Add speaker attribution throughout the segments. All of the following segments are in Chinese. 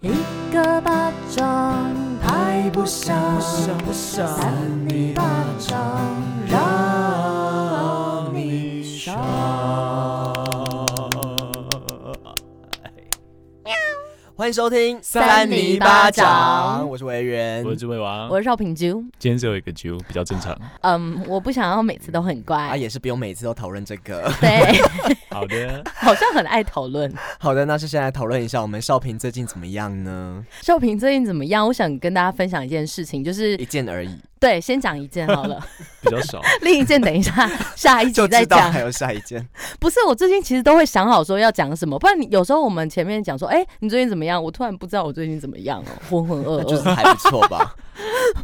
Speaker 1: 一个巴掌拍不响，
Speaker 2: 不想
Speaker 1: 扇你巴掌让你爽。
Speaker 2: 欢迎收听
Speaker 1: 三泥巴掌
Speaker 2: 我是维人，
Speaker 3: 我是魏王，
Speaker 1: 我是邵品珠，
Speaker 3: 啊今天只有一个揪，比较正常。
Speaker 1: 嗯，我不想要每次都很
Speaker 2: 啊，
Speaker 1: 乖，
Speaker 2: 也是不用每次都讨论这个。
Speaker 1: 对，
Speaker 3: 好的，
Speaker 1: 好像很爱讨论。
Speaker 2: 好的，那是先来讨论一下我们少平最近怎么样呢？
Speaker 1: 少平最近怎么样？我想跟大家分享一件事情，就是
Speaker 2: 一件而已，
Speaker 1: 对，先讲一件好 了，
Speaker 3: 比较少。
Speaker 1: 另一件等一下下一集
Speaker 2: 就
Speaker 1: 再
Speaker 2: 知道
Speaker 1: 讲
Speaker 2: 还。有下 一件。
Speaker 1: 不是，我最近其实都会想好说要讲什么，不然你有时候我们前面讲说，哎、你最近怎么样？我突然不知道我最近怎么样哦，浑浑噩
Speaker 2: 那就是
Speaker 1: 噩。
Speaker 2: 还不错吧？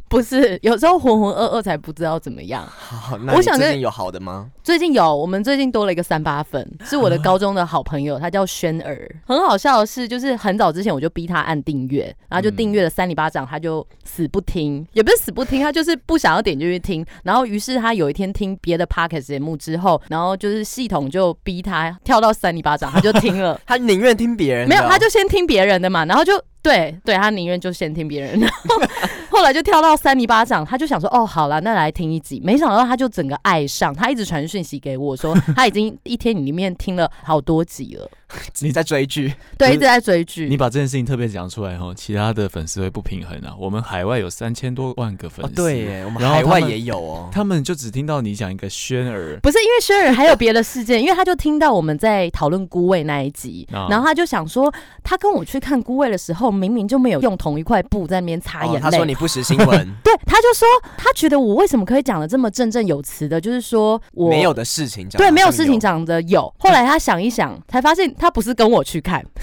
Speaker 1: 不是，有时候浑浑噩噩才不知道怎么样。
Speaker 2: 好，那
Speaker 1: 我
Speaker 2: 你
Speaker 1: 想
Speaker 2: 最
Speaker 1: 跟
Speaker 2: 近有好的吗？
Speaker 1: 最近有，我们最近多了一个三八粉，是我的高中的好朋友，他叫轩儿。很好笑的是，就是很早之前我就逼他按订阅，然后就订阅了三里巴掌，他就死不听，也不是死不听，他就是不想要点进去听。然后于是他有一天听别的 podcast 节目之后，然后就是系统就逼他跳到三里巴掌，他就听了。
Speaker 2: 他宁愿听别人的
Speaker 1: 没有，他
Speaker 2: 哦
Speaker 1: 就先听别人的嘛，然后就对对，他宁愿就先听别人，然 后后来就跳到三泥巴掌，他就想说，哦，好了，那来听一集。没想到他就整个爱上，他一直传讯息给我说，他已经一天里面听了好多集了，
Speaker 2: 你在追剧，
Speaker 1: 对，
Speaker 3: 不
Speaker 1: 一
Speaker 3: 是
Speaker 1: 直在追
Speaker 3: 你
Speaker 1: 剧。
Speaker 3: 把这件事情特别讲出来后，其他的粉丝会不平衡啊。我们海外有三千多万个粉
Speaker 2: 哦
Speaker 3: 丝，
Speaker 2: 对，耶，我们
Speaker 3: 啊然后
Speaker 2: 海外
Speaker 3: 他们
Speaker 2: 也有哦。
Speaker 3: 他们就只听到你讲一个轩儿，
Speaker 1: 不是因为轩儿还有别的事件，因为他就听到我们在讨论孤味那一集，
Speaker 3: 啊
Speaker 1: 然后他就想说，他跟我去看孤味的时候，明明就没有用同一块布在那边擦眼
Speaker 2: 哦
Speaker 1: 泪、，
Speaker 2: 他说你不识新闻
Speaker 1: 对，他就说他觉得我为什么可以讲的这么振振有词的，就是说 我
Speaker 2: 没有的事情讲，
Speaker 1: 对，没有事情讲的有。后来他想一想，才发现他不是跟我去看，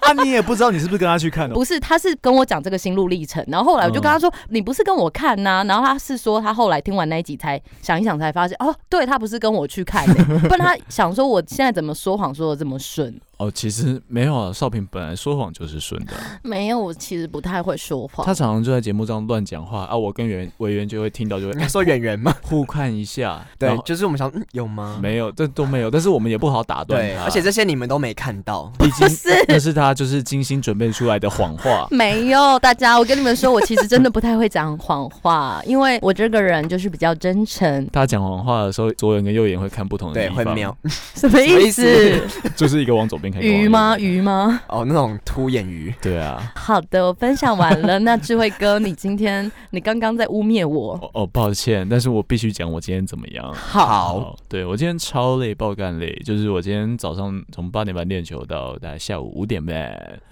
Speaker 3: 啊，你也不知道你是不是跟他去看哦。
Speaker 1: 不是，他是跟我讲这个心路历程。然后后来我就跟他说，你不是跟我看呐、然后他是说他后来听完那一集才想一想，才发现哦，对他不是跟我去 看、的，不然他想说我现在怎么说谎说的这么顺？
Speaker 3: 哦，其实没有啊，少平本来说谎就是顺的，
Speaker 1: 没有，我其实不太会说谎
Speaker 3: 他。常常就在节目上乱讲话啊。我跟委委员就会听到，就会
Speaker 2: 你说演员吗？
Speaker 3: 哎互看一 下，
Speaker 2: 对
Speaker 3: 然，后
Speaker 2: 就是我们想，嗯，有吗？
Speaker 3: 没有，这都没有，但是我们也不好打断
Speaker 2: 对，
Speaker 3: 他，
Speaker 2: 而且这些你们都没看到，
Speaker 3: 毕 竟
Speaker 1: 不是
Speaker 3: 那是他就是精心准备出来的谎话。
Speaker 1: 没有，大家，我跟你们说，我其实真的不太会讲谎话，因为我这个人就是比较真诚。
Speaker 3: 他讲谎话的时候，左眼跟右眼会看不同的
Speaker 2: 对，
Speaker 3: 地
Speaker 2: 会
Speaker 3: 方，
Speaker 2: 瞄
Speaker 1: 什么意
Speaker 2: 什么意
Speaker 1: 思？
Speaker 3: 就是一个往左边看，一个往右
Speaker 1: 鱼
Speaker 3: 边
Speaker 1: 吗？
Speaker 3: 看？
Speaker 1: 鱼吗？
Speaker 2: 哦，那种凸眼鱼。
Speaker 3: 对啊，
Speaker 1: 好的，我分享完了。那智慧哥，你今天你刚刚在污蔑 我，
Speaker 3: 哦哦，抱歉，但是我必须讲我今天怎么样。哦
Speaker 1: 好，
Speaker 2: 好，
Speaker 3: 对我今天超累，爆干累，就是我今天早上从八点半练球到大概下午五点半，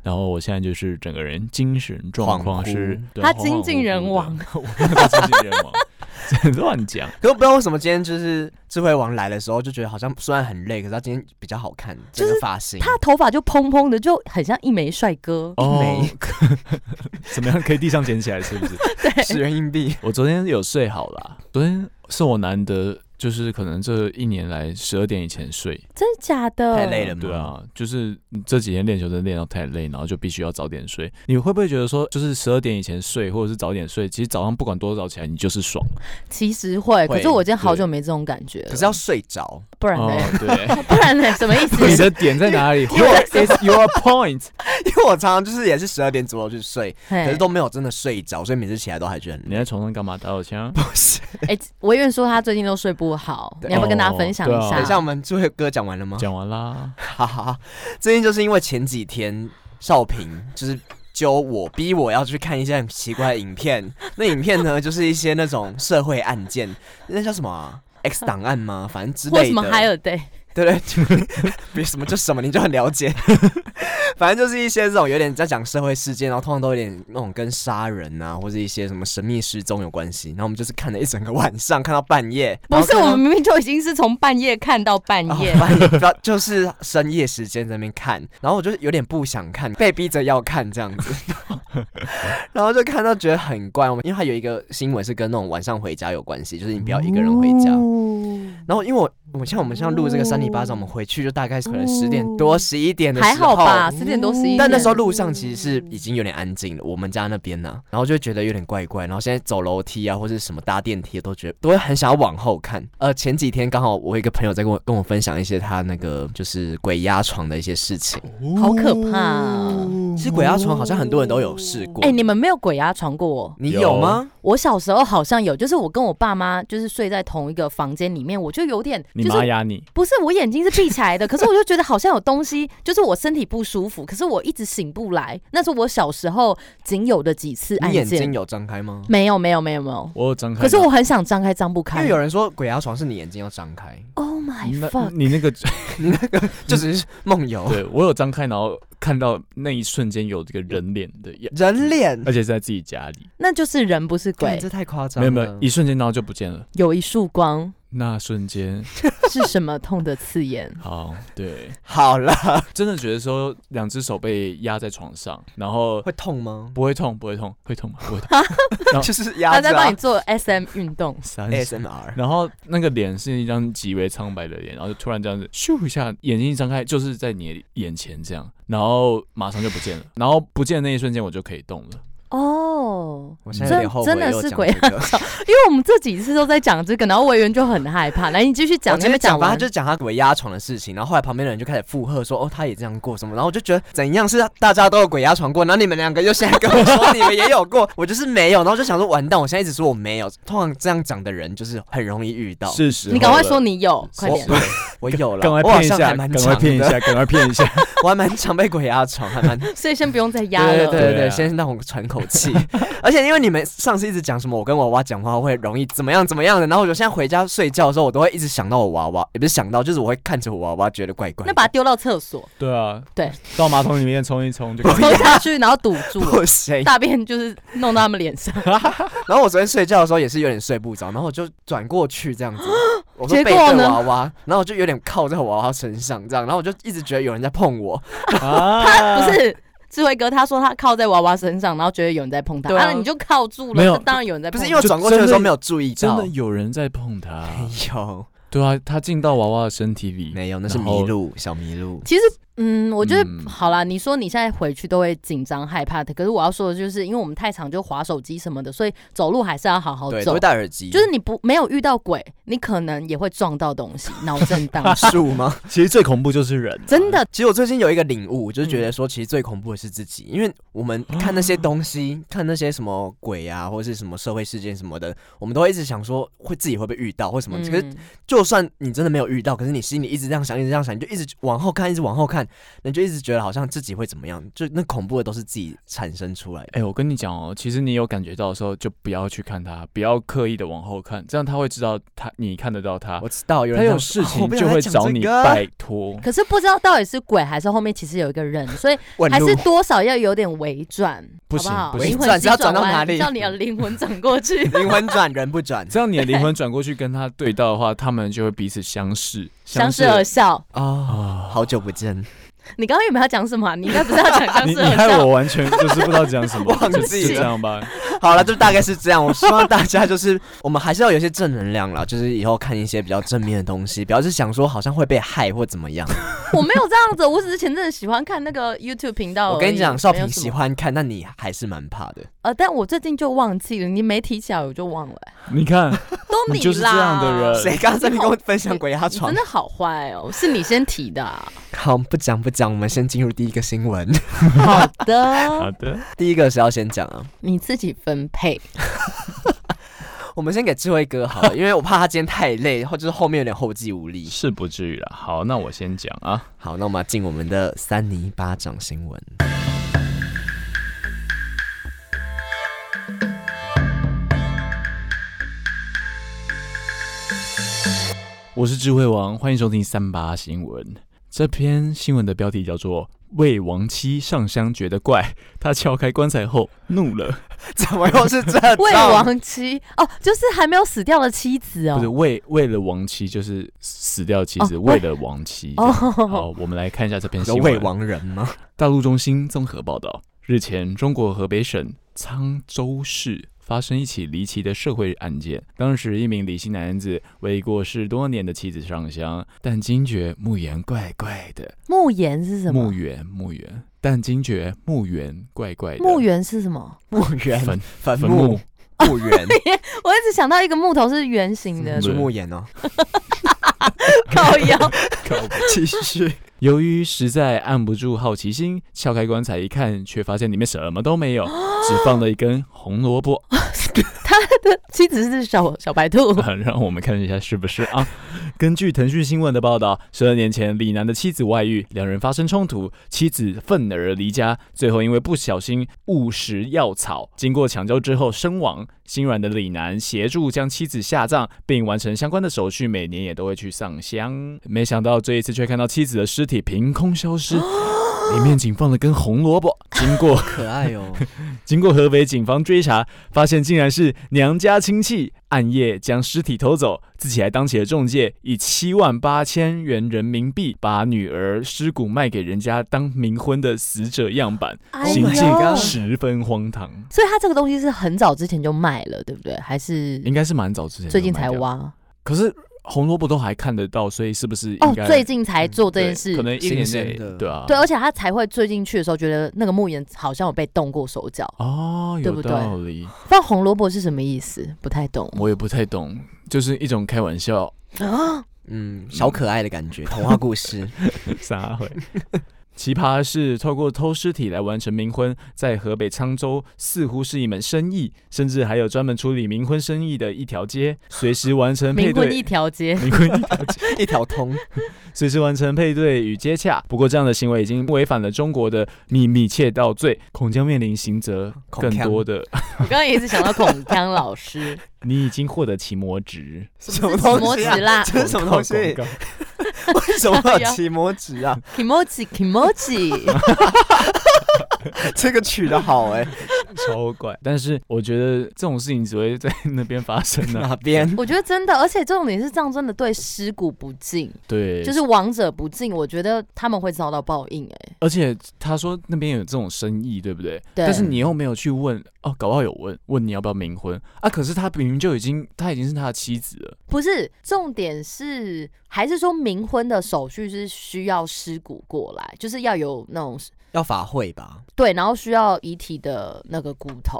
Speaker 3: 然后我现在就是整个人精神状况是
Speaker 2: 恍惚，
Speaker 3: 对
Speaker 1: 他
Speaker 3: 恍恍
Speaker 1: 精尽
Speaker 3: 惚惚
Speaker 1: 人
Speaker 3: 的
Speaker 1: 亡
Speaker 3: 我没有到精尽人亡，真的乱讲。
Speaker 2: 可我不知道为什么今天就是智慧王来的时候，就觉得好像虽然很累，可是他今天比较好看，
Speaker 1: 就是
Speaker 2: 整个发型。
Speaker 1: 他头发就蓬蓬的，就很像一枚帅哥。
Speaker 3: 哦
Speaker 2: 没，
Speaker 3: 怎么样？可以地上捡起来是不是？
Speaker 2: 十元 硬币，
Speaker 3: 我昨天有睡好啦，昨天是我难得，就是可能这一年来十二点以前睡。
Speaker 1: 真的假的？
Speaker 2: 太累了吗
Speaker 3: 对啊，就是这几天练球真的练到太累，然后就必须要早点睡。你会不会觉得说，就是十二点以前睡，或者是早点睡，其实早上不管多早起来，你就是爽。
Speaker 1: 其实会，可
Speaker 2: 会
Speaker 1: 是我今天好久没这种感觉了。
Speaker 2: 可是要睡着，
Speaker 1: 不然
Speaker 3: 哦
Speaker 1: 呢？，
Speaker 3: 对，
Speaker 1: 不然呢？什么 意思？
Speaker 3: 你的点在哪里
Speaker 2: 因为我
Speaker 3: ？What is your point？
Speaker 2: 因为我常常就是也是十二点左右去睡，
Speaker 1: 嘿
Speaker 2: 可是都没有真的睡着，所以每次起来都还觉得很
Speaker 3: 你
Speaker 2: 累。
Speaker 3: 在床上干嘛？打手枪？
Speaker 1: 哎，维远说他最近都睡不好，
Speaker 2: 对
Speaker 1: 你要不要跟大家
Speaker 3: 哦
Speaker 1: 分享
Speaker 3: 对啊
Speaker 1: 一
Speaker 2: 等一下，
Speaker 1: 下
Speaker 2: 我？们智慧哥讲完了吗？
Speaker 3: 讲完啦。
Speaker 2: 哈哈哈，最近就是因为前几天少平就是揪我，逼我要去看一些很奇怪的影片。那影片呢，就是一些那种社会案件，那叫什么啊、X 档案吗？反正之
Speaker 1: 为
Speaker 2: 类
Speaker 1: 什
Speaker 2: 的。
Speaker 1: 么还有 day？
Speaker 2: 对对， 就比什么就什么，你就很了解。 反正就是一些这种有点在讲社会事件，然后通常都有点那种跟杀人啊，或者一些什么神秘失踪有关系。然后我们就是看了一整个晚上，看到半夜。
Speaker 1: 不是，我
Speaker 2: 然后看到
Speaker 1: 们明明就已经是从半夜看到半夜
Speaker 2: 哦。半夜不要就是深夜时间在那边看，然后我就有点不想看，被逼着要看这样子。 然后就看到觉得很怪，因为他有一个新闻是跟那种晚上回家有关系，就是你不要一个人回家。
Speaker 1: 哦
Speaker 2: 然后因为我我像我们像录这个三里八掌，我们回去就大概可能十点多、十一点的时候，
Speaker 1: 还好吧，十点多十一点。
Speaker 2: 但那时候路上其实是已经有点安静了，我们家那边呢、然后就会觉得有点怪怪，然后现在走楼梯啊或者什么搭电梯都觉得都会很想要往后看。呃，前几天刚好我有一个朋友在跟我跟我分享一些他那个就是鬼压床的一些事情，
Speaker 1: 好可怕啊
Speaker 2: 其实鬼压床好像很多人都有试过，
Speaker 1: 哎、你们没有鬼压床过我？
Speaker 2: 你有吗？
Speaker 1: 我小时候好像有，就是我跟我爸妈就是睡在同一个房间里面，我就有点
Speaker 3: 你
Speaker 1: 就
Speaker 3: 妈
Speaker 1: 是
Speaker 3: 压你，
Speaker 1: 不是我眼睛是闭起来的，可是我就觉得好像有东西，就是我身体不舒服，可是我一直醒不来。那是我小时候仅有的几次案
Speaker 2: 你眼
Speaker 1: 件嗯
Speaker 2: 睛，有张开吗？
Speaker 1: 没有没有没有没有。
Speaker 3: 我有张开。
Speaker 1: 可是我很想张开，张不
Speaker 2: 因
Speaker 1: 开
Speaker 2: 为。有人说鬼压床是你眼睛要张开，
Speaker 1: Oh my
Speaker 3: 那嗯
Speaker 1: fuck！
Speaker 3: 你那个
Speaker 2: 就
Speaker 1: 嗯
Speaker 2: 只是 梦游。
Speaker 3: 对我有张开，然后看到那一瞬间有这个人脸的样，
Speaker 2: 人脸，
Speaker 3: 而且是在自己家里，
Speaker 1: 那就是人不是
Speaker 2: 干
Speaker 1: 鬼。
Speaker 2: 这太夸张
Speaker 3: 没
Speaker 2: 了。
Speaker 3: 有没有，一瞬间然后就不见了。
Speaker 1: 有一束光
Speaker 3: 那瞬间，
Speaker 1: 是什么痛的刺眼？
Speaker 3: 好，对，
Speaker 2: 好了，
Speaker 3: 真的觉得说两只手被压在床上，然后
Speaker 2: 会 痛吗？
Speaker 3: 不会痛，不会痛，会痛吗？不会 痛。
Speaker 2: 就是
Speaker 1: 他
Speaker 2: 压着
Speaker 1: 在
Speaker 2: 啊、
Speaker 1: 帮你做 SM 运动。
Speaker 3: 三
Speaker 2: ASMR。
Speaker 3: 然后那个脸是一张极为苍白的脸，然后就突然这样子咻一下，眼睛一张开就是在你的眼前这样，然后马上就不见了，然后不见的那一瞬间我就可以动了。
Speaker 1: 哦，
Speaker 2: 我现在有点后悔
Speaker 1: 真的
Speaker 2: 又
Speaker 1: 是
Speaker 2: 讲
Speaker 1: 鬼
Speaker 2: 这个
Speaker 1: 因为我们这几次都在讲这个，然后委员就很害 怕。来，你继续
Speaker 2: 我
Speaker 1: 讲，你
Speaker 2: 今
Speaker 1: 还没
Speaker 2: 天讲吧，他
Speaker 1: 完。
Speaker 2: 就讲他鬼压床的事情，然后后来旁边的人就开始附和说：“哦，他也这样过什么。”然后我就觉得怎样是大家都有鬼压床过，然后你们两个又现在跟我说你们也有过，我就是没有，然后就想说完蛋，我现在一直说我没有。通常这样讲的人就是很容易遇到，
Speaker 3: 是时候
Speaker 1: 你赶快
Speaker 3: 了
Speaker 1: 说你有，快点。
Speaker 3: 我
Speaker 2: 我有了，
Speaker 3: 赶快
Speaker 2: 我好
Speaker 3: 骗一
Speaker 2: 像
Speaker 3: 下，
Speaker 2: 还
Speaker 3: 赶
Speaker 2: 蛮
Speaker 3: 快
Speaker 2: 常
Speaker 3: 骗一
Speaker 2: 的，
Speaker 3: 下，赶快骗一 下。
Speaker 2: 我还蛮常被鬼压床，还蛮
Speaker 1: 所以先不用再压
Speaker 2: 对
Speaker 1: 了。
Speaker 2: 对对
Speaker 3: 对啊
Speaker 2: 对，先让我喘口气。 而且因为你们上次一直讲什么，我跟娃娃讲话会容易怎么样怎么样的，然后我就现在回家睡觉的时候，我都会一直想到我娃娃，也不是想到，就是我会看着我娃娃，觉得怪怪的。
Speaker 1: 那把 它丢到厕所，
Speaker 3: 对啊，
Speaker 1: 对，
Speaker 3: 到马桶里面冲一冲就可以
Speaker 1: 冲下去，然后堵住，
Speaker 2: 不行。
Speaker 1: 大便就是弄到他们 脸上。
Speaker 2: 然后我昨天睡觉的时候也是有点睡不着，然后我就转过去 这样子，我说
Speaker 1: 结
Speaker 2: 背
Speaker 1: 果
Speaker 2: 对
Speaker 1: 呢
Speaker 2: 娃娃，然后我就有点靠在我娃娃身上这样，然后我就一直觉得有人在碰我，
Speaker 3: 啊
Speaker 2: 呃
Speaker 1: 不是智慧哥，他说他靠在娃娃身上，然后觉得有人在碰他，
Speaker 3: 对啊
Speaker 1: 你就靠住了，
Speaker 3: 没有
Speaker 1: 这当然有人在
Speaker 2: 不
Speaker 1: 哎碰
Speaker 2: 是
Speaker 1: 你。
Speaker 2: 因为我
Speaker 3: 就
Speaker 2: 转过去的时
Speaker 3: 真
Speaker 2: 候
Speaker 3: 的
Speaker 2: 没有注意
Speaker 3: 真
Speaker 2: 到
Speaker 3: 的，有 人在碰他。
Speaker 2: 没有
Speaker 3: 对啊，他进到娃娃的身体里，
Speaker 2: 没有，那是
Speaker 3: 然后
Speaker 2: 麋鹿小麋鹿。
Speaker 1: 其实，嗯，我觉得、
Speaker 3: 嗯
Speaker 1: 好啦。你说你现在回去都会紧张害怕的，可是我要说的就是，因为我们太常就划手机什么的，所以走路还是要好好
Speaker 2: 对，都
Speaker 1: 哦走
Speaker 2: 会。戴耳机，
Speaker 1: 就是你不没有遇到鬼，你可能也会撞到东西，脑震荡。
Speaker 2: 树吗？
Speaker 3: 其实最恐怖就是人、
Speaker 1: 真的，
Speaker 2: 其实我最近有一个领悟，就是觉得说，其实最恐怖的是自己，因为我们看那些东西，看那些什么鬼啊，或者是什么社会事件什么的，我们都会一直想说，会自己会不会遇到 或什么。
Speaker 1: 嗯
Speaker 2: 可是就算你真的没有遇到，可是你心里一直这样想，一直这样想，你就一直往后看，一直往后看，你就一直觉得好像自己会怎么样，就那恐怖的都是自己产生出来的。
Speaker 3: 哎、我跟你讲哦，其实你有感觉到的时候，就不要去看他，不要刻意的往后看，这样他会知道他你看得到他
Speaker 2: 我，知道有人
Speaker 3: 啊他
Speaker 2: 想
Speaker 3: 有
Speaker 2: 说
Speaker 3: 事
Speaker 2: 啊我
Speaker 3: 情
Speaker 2: 不
Speaker 3: 就
Speaker 2: 想
Speaker 3: 会
Speaker 2: 再讲
Speaker 3: 找
Speaker 2: 这
Speaker 3: 你，
Speaker 2: 个
Speaker 3: 拜 托。
Speaker 1: 可是不知道到底是鬼还是后面其实有一个人，所 以
Speaker 2: 问
Speaker 1: 还
Speaker 2: 路
Speaker 1: 是多少要有点微转，
Speaker 3: 不
Speaker 1: 好
Speaker 3: 行
Speaker 1: 好？
Speaker 3: 不
Speaker 2: 行
Speaker 1: 灵魂
Speaker 2: 转
Speaker 1: 急
Speaker 2: 是要转到
Speaker 1: 弯
Speaker 2: 哪里
Speaker 1: 叫你的灵魂转过 去。
Speaker 2: 灵魂转人不 转
Speaker 3: 这样你的灵魂转过去跟他对到的话，他们就会彼此相视，
Speaker 1: 相视
Speaker 3: 视
Speaker 1: 而笑。
Speaker 2: 啊。
Speaker 3: 啊！
Speaker 2: 好久不见，
Speaker 1: 你刚刚有没有要讲什么啊、你应该不是要讲相
Speaker 3: 你
Speaker 1: 视
Speaker 3: 你
Speaker 1: 而
Speaker 3: 害
Speaker 1: 笑
Speaker 3: 我。完全就是不知道讲什么，
Speaker 2: 忘
Speaker 3: 就
Speaker 2: 记
Speaker 3: 就这
Speaker 2: 了
Speaker 3: 样吧。
Speaker 2: 好了，就大概是这样。我希望大家就是，我们还是要有一些正能量啦，就是以后看一些比较正面的东西，不要是想说好像会被害或怎么样。
Speaker 1: 我没有这样子，我只是前阵子喜欢看那个 YouTube 频道而已。
Speaker 2: 我跟你讲，少
Speaker 1: 没有
Speaker 2: 平
Speaker 1: 什么
Speaker 2: 喜欢看，但你还是蛮怕的。
Speaker 1: 呃，但我最近就忘记了，你没提起来我就忘了、
Speaker 3: 你看，
Speaker 1: 都
Speaker 3: 你就是
Speaker 1: 啦，
Speaker 3: 这样的人
Speaker 2: 谁刚刚在那边跟我分享鬼压
Speaker 1: 你真？
Speaker 2: 床
Speaker 1: 的好坏哦，是你先提的、啊。
Speaker 2: 好，不讲不讲，我们先进入第一个新 闻。
Speaker 1: 好
Speaker 3: 好
Speaker 1: 的，
Speaker 3: 的，
Speaker 2: 第一个是要先讲啊，
Speaker 1: 你自己分配。
Speaker 2: 我们先给智慧哥好了，因为我怕他今天太累，或就是后面有点后继无力。
Speaker 3: 是不至于了。好，那我先讲啊。
Speaker 2: 好，那我们要进我们的三尼巴掌新闻。
Speaker 3: 我是智慧王，欢迎收听三八新闻。这篇新闻的标题叫做“为亡妻上香觉得怪，他敲开棺材后怒 了
Speaker 2: 怎么又是这 种？
Speaker 1: 未亡妻哦，就是还没有死掉的妻子”，
Speaker 3: 不是
Speaker 1: 哦。
Speaker 3: 为为了亡妻，就是死掉妻子，
Speaker 1: 哦
Speaker 3: 为了亡妻。
Speaker 1: 哦，
Speaker 3: 好，我们来看一下这篇
Speaker 2: 有
Speaker 3: 新
Speaker 2: 未
Speaker 3: 闻。
Speaker 2: 亡人吗？
Speaker 3: 大陆中心综合报道，日前，中国河北省沧州市发生一起离奇的社会案件。当时，一名李姓男子为过世多年的妻子上香，但惊觉墓园怪怪的。
Speaker 1: 墓园是什
Speaker 3: 墓
Speaker 1: 么？
Speaker 3: 园，墓园，但惊觉墓园怪怪的。
Speaker 1: 墓园是什么？
Speaker 2: 墓园、
Speaker 3: 坟
Speaker 2: 坟
Speaker 3: 坟墓
Speaker 2: 墓、墓园，
Speaker 1: 我一直想到一个木头是圆形的
Speaker 3: 嗯，
Speaker 2: 是墓园哦。
Speaker 1: 靠腰。
Speaker 2: 继续，
Speaker 3: 由于实在按不住好奇心，撬开棺材一看，却发现里面什么都 没有，只放了一根红萝卜。
Speaker 1: 妻子是小小白兔，
Speaker 3: 啊让我们看一下是不是啊？ 根据腾讯新闻的报道，十二年前李楠的妻子外遇，两人发生冲突，妻子愤而离家，最后因为不小心误食药草，经过抢救之后身亡。心软的李楠协助将妻子下葬，并完成相关的手续，每年也都会去上香。没想到这一次却看到妻子的尸体凭空消失，里面仅放了根红萝卜。经过
Speaker 2: 可爱 哦。
Speaker 3: 经过河北警方追查，发现竟然是娘家亲戚暗夜将尸体偷走，自己还当起了中介，以七万八千元人民币把女儿尸骨卖给人家当冥婚的死者样板，
Speaker 1: 哎
Speaker 2: Oh
Speaker 3: 行
Speaker 2: my
Speaker 3: 径
Speaker 2: god
Speaker 3: 十分荒唐。
Speaker 1: 所以他这个东西是很早之前就卖了，对不对？还是
Speaker 3: 应该是蛮早之前就
Speaker 1: 最近才
Speaker 3: 卖掉，
Speaker 1: 挖？
Speaker 3: 可是红萝卜都还看得到，所以是不是应
Speaker 1: 哦
Speaker 3: 该、，嗯
Speaker 1: 最近才做这件事
Speaker 3: 对可。能一年
Speaker 2: 新
Speaker 3: 内
Speaker 2: 鲜的
Speaker 3: 对啊，
Speaker 1: 对，而且他才会最近去的时候觉得那个墓园好像有被动过手脚，
Speaker 3: 哦，
Speaker 1: 对
Speaker 3: 有
Speaker 1: 不对
Speaker 3: 道理，
Speaker 1: 不知道红萝卜是什么意思，不太懂。
Speaker 3: 我也不太懂，就是一种开玩笑。
Speaker 1: 啊，
Speaker 2: 嗯，小可爱的感 觉，童话故事。
Speaker 3: 撒回。奇葩是透过偷尸体来完成冥婚，在河北沧州似乎是一门生意，甚至还有专门处理冥婚生意的一条街，随时完成配
Speaker 1: 冥婚一
Speaker 3: 对。
Speaker 1: 条街，
Speaker 3: 冥婚一条街，
Speaker 2: 一条通，
Speaker 3: 随时完成配对与接洽。不过，这样的行为已经违反了中国的秘密窃盗罪，恐将面临刑责更多的。
Speaker 1: 我刚刚也一直想到孔锵老师，
Speaker 3: 你已经获得奇摩值，
Speaker 2: 什么
Speaker 1: 奇
Speaker 2: 东
Speaker 1: 摩
Speaker 2: 西
Speaker 1: 指啦
Speaker 2: 啊？ 哎这是什么东西？
Speaker 3: 广告
Speaker 2: 为什么会有奇摩指啊？
Speaker 1: ，kimochi kimochi，
Speaker 2: 这个取得好哎，
Speaker 3: 超怪。但是我觉得这种事情只会在 那边发生呢、
Speaker 2: 哪边？
Speaker 1: 我觉得真的，而且重点是这样真的对尸骨不敬，
Speaker 3: 对，
Speaker 1: 就是王者不敬，我觉得他们会遭到报应、哎，
Speaker 3: 而且他说那边有这种生意，对不对？
Speaker 1: 对
Speaker 3: 但是你又没有去问哦，搞不好有问问你要不要冥婚啊？可是他明明就已经，他已经是他的妻子了。
Speaker 1: 不是，重点是还是说冥婚的手续是需要尸骨过来，就是要有那种
Speaker 2: 要法会吧？
Speaker 1: 对，然后需要遗体的那个骨头，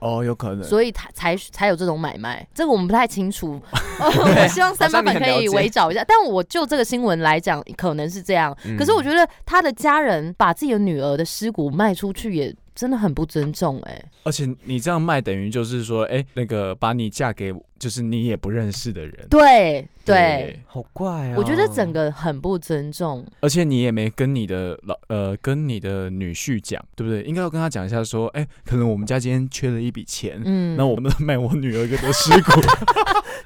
Speaker 3: 哦，有可能
Speaker 1: 所以他才才有这种买卖，这个我们不太清楚。 我希望三八粉可以围找一下，但我就这个新闻来讲，可能是这样。
Speaker 2: 嗯
Speaker 1: 可是我觉得他的家人把自己的女儿的尸骨卖出去，也真的很不尊重哎、
Speaker 3: 而且你这样卖，等于就是说，哎、那个把你嫁给就是你也不认识的人。
Speaker 1: 对对，
Speaker 2: 好怪啊！
Speaker 1: 我觉得整个很不尊重。
Speaker 3: 而且你也没跟你的老呃跟你的女婿讲，对不对？应该要跟他讲一下，说，哎、可能我们家今天缺了一笔钱。
Speaker 1: 嗯，
Speaker 3: 那我们卖我女儿一个多尸骨，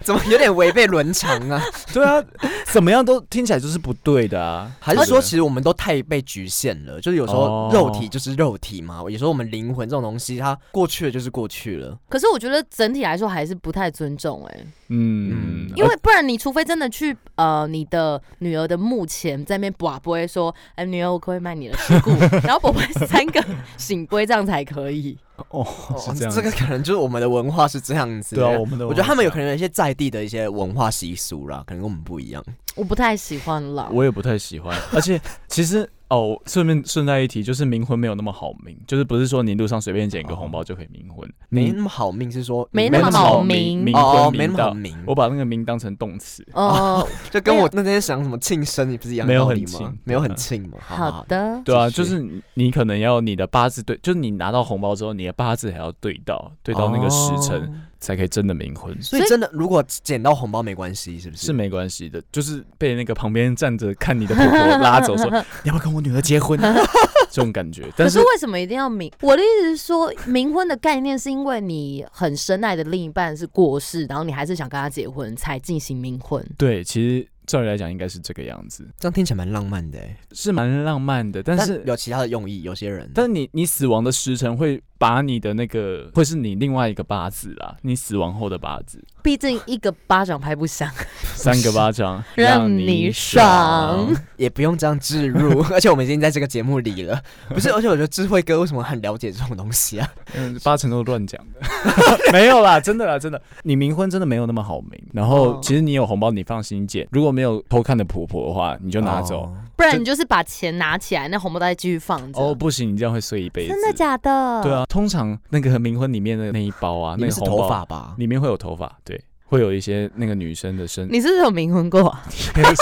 Speaker 2: 怎么有点违背伦常啊？
Speaker 3: 对啊，怎么样都听起来就是不对的啊。
Speaker 2: 还是说，
Speaker 3: 对
Speaker 2: 其实我们都太被局限了？就是有时候
Speaker 3: 哦
Speaker 2: 肉体就是肉体嘛，有时候我们灵魂这种东西，它过去了就是过去了。
Speaker 1: 可是我觉得整体来说还是不太尊重哎、
Speaker 3: 嗯，
Speaker 1: 因为不然你除非真的去呃你的女儿的墓前在那边卜不会说，哎、女儿我可不可以卖你的尸骨， 然后卜会三个醒龟这样才可以。
Speaker 3: 哦，是这样子。
Speaker 2: 嗯个可能就是我们的文化是这样子。
Speaker 3: 对啊，我们的
Speaker 2: 我觉得他们有可
Speaker 3: 能，
Speaker 2: 能有一些在地的一些文化习俗啦，可能跟我们不一样。
Speaker 1: 我不太喜欢啦。
Speaker 3: 我也不太喜 欢。而且其实哦，顺便顺带一提，就是冥婚没有那么好冥，就是不是说你路上随便捡一个红包就可以冥婚，
Speaker 2: 没
Speaker 3: 你
Speaker 2: 那么好命是说
Speaker 1: 没
Speaker 3: 没
Speaker 1: 那么好
Speaker 3: 好冥，
Speaker 1: 冥
Speaker 3: 冥
Speaker 2: 哦，
Speaker 3: 婚
Speaker 2: 没那
Speaker 3: 冥
Speaker 2: 么好
Speaker 3: 道。
Speaker 2: 命，
Speaker 3: 我把那个冥当成动词。
Speaker 1: 哦，
Speaker 2: 就跟我那天想什么庆生，你不是一样
Speaker 3: 没有
Speaker 2: 道理
Speaker 3: 很
Speaker 2: 吗
Speaker 3: 庆？
Speaker 2: 没有很庆嘛。好
Speaker 1: 好，的，
Speaker 3: 对啊，
Speaker 2: 继续
Speaker 3: 就是你你可能要你的八字对，就是你拿到红包之后，你的八字还要对到，对到那个时辰、
Speaker 2: 哦
Speaker 3: 才可以真的冥婚，
Speaker 2: 所以
Speaker 1: 所以
Speaker 2: 真的，如果捡到红包没关系，是不是？
Speaker 3: 是没关系的。就是被那个旁边站着看你的婆婆拉 走说，你要不要跟我女儿结婚？这种感觉。
Speaker 1: 可
Speaker 3: 但
Speaker 1: 是
Speaker 3: 是
Speaker 1: 为什么一定要冥？我的意思是说，冥婚的概念是因为你很深爱的另一半是过世，然后你还是想跟他结婚，才进行冥婚。
Speaker 3: 对，其实照理来讲应该是这个样子。
Speaker 2: 这样听起来蛮浪漫的欸。
Speaker 3: 是蛮浪漫的，但
Speaker 2: 但
Speaker 3: 是
Speaker 2: 有其他的用意，有些人
Speaker 3: 但你你死亡的时辰会把你的那个会是你另外一个八字啦，你死亡后的八字，
Speaker 1: 毕竟一个巴掌拍不响。
Speaker 3: 三个巴掌
Speaker 1: 让你
Speaker 3: 你
Speaker 1: 爽。
Speaker 2: 也不用这样置 入，而且我们已经在这个节目里了，不是？而且我觉得智慧哥为什么很了解这种东西啊？
Speaker 3: 嗯，八成都是乱讲的， 没有啦，真的啦，真的，你冥婚真的没有那么好冥。然后
Speaker 2: 哦
Speaker 3: 其实你有红包，你放心捡；如果没有偷看的婆婆的话，你就拿走。
Speaker 2: 哦
Speaker 1: 不然你就是把钱拿起来，那红包袋继续放着。
Speaker 3: 哦，不行，你这样会碎一辈子。
Speaker 1: 真的假的？
Speaker 3: 对。啊，通常那个冥婚里面的那一包啊，
Speaker 2: 你
Speaker 3: 那
Speaker 2: 们
Speaker 3: 个
Speaker 2: 是
Speaker 3: 红包
Speaker 2: 头发吧？
Speaker 3: 里面会有头发，对，会有一些那个女生的身
Speaker 1: 你是不是有冥婚过啊？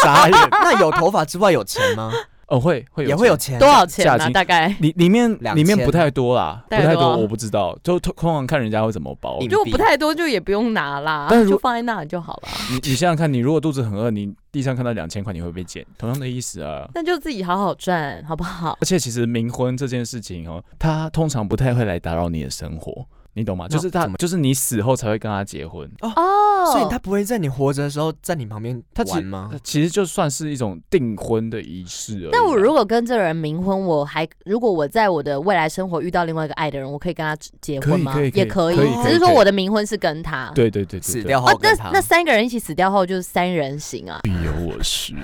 Speaker 3: 傻眼
Speaker 2: 那有头发之外有钱吗？
Speaker 3: 哦，会会有
Speaker 2: 也会有
Speaker 3: 钱
Speaker 2: 钱
Speaker 1: 多。少钱
Speaker 3: 价
Speaker 1: 啊？
Speaker 3: 金
Speaker 1: 大概？
Speaker 3: 里里面
Speaker 2: 2000
Speaker 3: 里面不太多啦，不
Speaker 1: 大概
Speaker 3: 太
Speaker 1: 多
Speaker 3: 多，
Speaker 1: 啊
Speaker 3: 我不知道，就通通常看人家会怎么包。
Speaker 2: 你
Speaker 3: 你
Speaker 2: 就
Speaker 1: 如果不太多，就也不用拿啦，
Speaker 3: 但是如
Speaker 1: 就放在那里就好了。
Speaker 3: 你想想看，你如果肚子很饿，你地上看到两千块，你会被捡，同样的意思啊。
Speaker 1: 那就自己好好赚，好不好？
Speaker 3: 而且其实冥婚这件事情哦，他通常不太会来打扰你的生活，你懂吗？
Speaker 2: 那
Speaker 3: 就是他
Speaker 2: 怎么
Speaker 3: 就是你死后才会跟他结婚，
Speaker 1: 哦，
Speaker 2: 所以他不会在你活着的时候在你旁边
Speaker 3: 他其
Speaker 2: 玩吗？
Speaker 3: 其实就算是一种订婚的仪式而已啊。
Speaker 1: 但我如果跟这个人冥婚，我还如果我在我的未来生活遇到另外一个爱的人，我可以跟他结婚吗？
Speaker 3: 可以可以
Speaker 1: 也可以，
Speaker 3: 可
Speaker 2: 以可以
Speaker 1: 只是说我的冥婚是跟他。
Speaker 3: 对对对对对
Speaker 2: 死掉
Speaker 1: 哦
Speaker 2: 后，
Speaker 1: 那
Speaker 2: 跟他
Speaker 1: 那三个人一起死掉后就是三人行啊。
Speaker 3: 必有我师，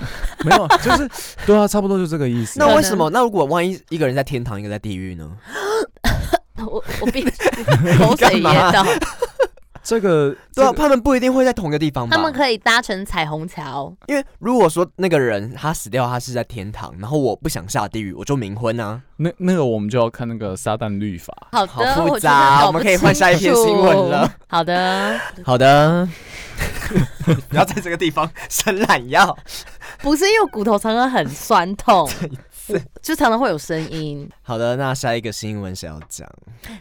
Speaker 3: 没有，就是对啊，差不多就这个意思啊。
Speaker 2: 那
Speaker 1: 我
Speaker 2: 为什么？那如果万一一个人在天堂，一个在地狱呢？
Speaker 1: 我我 闭口水噎到，
Speaker 3: 这个
Speaker 2: 对啊，
Speaker 3: 这个
Speaker 2: 他们不一定会在同一个地方吧
Speaker 1: 他？们可以搭乘彩虹桥。
Speaker 2: 因为如果说那个人他死掉，他是在天堂，然后我不想下地狱，我就冥婚啊。
Speaker 3: 那那个我们就要看那个撒旦律法。
Speaker 1: 好的，
Speaker 2: 好复
Speaker 1: 我觉
Speaker 2: 杂
Speaker 1: 得
Speaker 2: 我们可以换下一篇新闻了。
Speaker 1: 好的，
Speaker 2: 好的， 不要在这个地方伸懒腰。
Speaker 1: 不是因为骨头常常很酸痛，就常常会有声音。
Speaker 2: 好的，那下一个新闻谁要讲？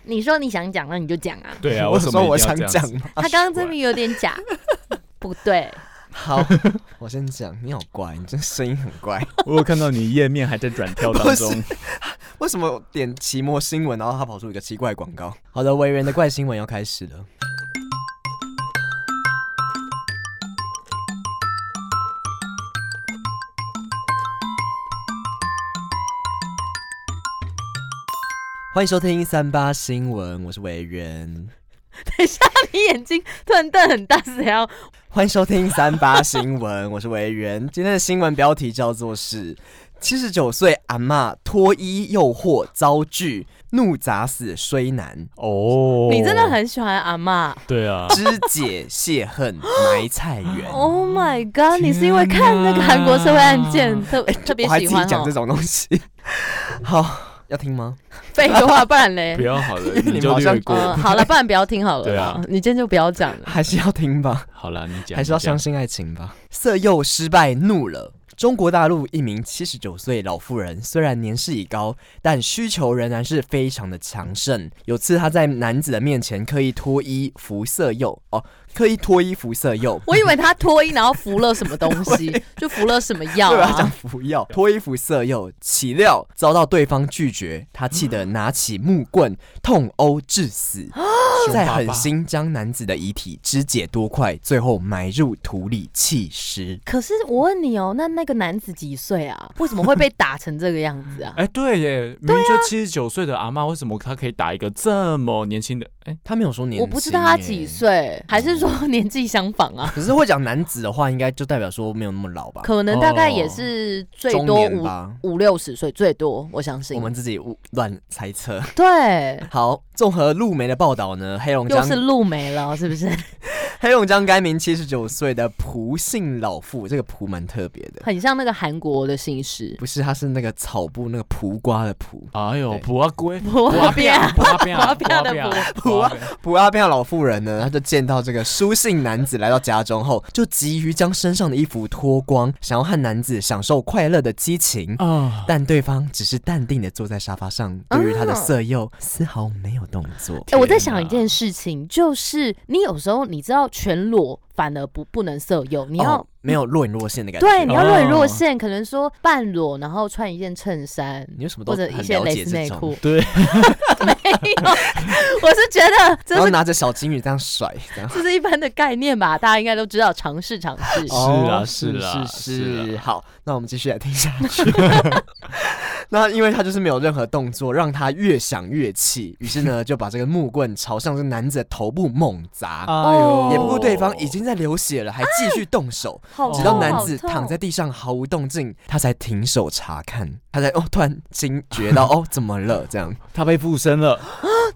Speaker 1: 你说你想讲，那你就讲啊。
Speaker 3: 对啊，
Speaker 2: 我
Speaker 3: 为什
Speaker 2: 说
Speaker 3: 么
Speaker 2: 我
Speaker 3: 一定
Speaker 2: 想
Speaker 3: 要这
Speaker 2: 讲
Speaker 3: 样子？
Speaker 2: 吗？
Speaker 1: 他刚刚这边有点假， 不对。
Speaker 2: 好，我先讲。你好怪，你这声音很怪。
Speaker 3: 我有看到你页面还在转跳当中
Speaker 2: 不，为什么点奇摩新闻，然后它跑出一个奇怪广告？好的，委员的怪新闻要开始了。欢迎收听三八新闻，我是委员。
Speaker 1: 等一下，你眼睛突然瞪很大，是怎样？
Speaker 2: 欢迎收听三八新闻，我是维园。今天的新闻标题叫做是：七十九岁阿嬷脱衣诱惑遭拒，怒砸死衰男，，
Speaker 3: 哦
Speaker 1: 你真的很喜欢阿嬷
Speaker 3: 对啊
Speaker 2: 肢解泄恨埋菜 园。
Speaker 1: Oh my god！
Speaker 3: 天哪
Speaker 1: 你是因为看那个韩国社会案件特特别
Speaker 2: 我还自
Speaker 1: 喜
Speaker 2: 己
Speaker 1: 欢
Speaker 2: 讲这
Speaker 1: 哦？
Speaker 2: 种东西，好要听吗？
Speaker 1: 废话，不然嘞
Speaker 3: 不？要好了，你
Speaker 2: 你
Speaker 3: 就
Speaker 2: 好像
Speaker 3: 略
Speaker 1: 嗯，
Speaker 3: 过。
Speaker 1: 好了，不然不要听好了
Speaker 3: 对
Speaker 1: 啦
Speaker 3: 啊。
Speaker 1: 你今天就不要讲了。
Speaker 2: 还是要听吧？
Speaker 3: 好啦，你讲，
Speaker 2: 还是要
Speaker 3: 你讲
Speaker 2: 相信爱情吧。色诱失败怒了。中国大陆一名七十九岁老妇人，虽然年事已高，但需求仍然是非常的强盛。有次她在男子的面前刻意脱衣服色诱，哦，刻意脱衣服色诱，
Speaker 1: 我以为他脱衣，然后服了什么东西，就服了什么药
Speaker 2: 对吧？讲
Speaker 1: 啊？
Speaker 2: 服药，脱衣服色诱，岂料遭到对方拒绝，她气得拿起木棍痛殴致 死，再狠心将男子的遗体肢解多块，最后埋入土里弃尸。
Speaker 1: 可是我问你哦，那那个男子几岁啊？为什么会被打成这个样子啊？
Speaker 3: 哎，对耶，明明就七十九岁的阿妈，为什么她可以打一个这么年轻的？哎，
Speaker 2: 他没有 说年，欸
Speaker 1: 我不知道他几。岁，还是说年纪相仿 啊？
Speaker 2: 可是会讲男子的话，应该就代表说没有那么老吧？
Speaker 1: 可能大概也是最
Speaker 2: 哦中
Speaker 1: 多
Speaker 2: 年
Speaker 1: 五
Speaker 2: 吧。
Speaker 1: 五六十岁最多，我相信。
Speaker 2: 我们自己误乱猜测。
Speaker 1: 对，
Speaker 2: 好，综合路媒的报道呢，黑龙
Speaker 1: 又
Speaker 2: 江
Speaker 1: 是路没了，是不 是？
Speaker 2: 黑龙江该名七十九岁的蒲姓老妇，这个蒲蛮特别的，
Speaker 1: 很像那个韩国的姓氏。
Speaker 2: 不是，她是那个草部那个蒲瓜的蒲，
Speaker 3: 哎
Speaker 2: 对
Speaker 3: 呦，普阿 龟，
Speaker 1: 普阿变
Speaker 3: 普阿变，
Speaker 1: 普阿变的
Speaker 3: 普阿变，
Speaker 2: 蒲阿变老妇人呢，她就见到这个苏姓男子来到家中后，就急于将身上的衣服脱光，想要和男子享受快乐的激情。
Speaker 3: 啊，
Speaker 2: 但对方只是淡定的坐在沙发上，
Speaker 1: 啊
Speaker 2: 对于他的色诱丝毫没有动作。
Speaker 1: 哎、我在
Speaker 3: 天
Speaker 1: 想一
Speaker 3: 哪
Speaker 1: 件事情，就是你有时候你知道全裸反而不不能色诱，你要、
Speaker 2: 哦没有若隐若现的感觉。
Speaker 1: 对你要若隐若
Speaker 3: 哦
Speaker 1: 现，可能说半裸，然后穿一件衬衫。
Speaker 2: 你有什么都
Speaker 1: 或者
Speaker 2: 很
Speaker 1: 一些
Speaker 2: 了
Speaker 1: 蕾
Speaker 2: 解
Speaker 1: 丝内
Speaker 2: 这
Speaker 1: 裤
Speaker 2: 种，，
Speaker 3: 对，
Speaker 1: 没有， 我是觉得这
Speaker 2: 然后
Speaker 1: 是
Speaker 2: 拿着小金鱼这样甩，这样。
Speaker 1: 这是一般的概念吧，大家应该都知道，尝试尝试。
Speaker 3: 是啊
Speaker 2: 哦
Speaker 3: 是啊
Speaker 2: 是
Speaker 3: 是
Speaker 2: 是。好，那我们继续来听下去。 那因为他就是没有任何动作，让他越想越气，于是呢就把这个木棍朝向这男子的头部猛砸，
Speaker 1: 哦
Speaker 2: 也不顾对方已经在流血了，还继续动手，
Speaker 1: 好
Speaker 2: 直
Speaker 1: 痛
Speaker 2: 到男子
Speaker 1: 好痛
Speaker 2: 躺在地上毫无动静，他才停手查看，他才哦突然惊觉 到哦怎么了这样，
Speaker 3: 他被附身了，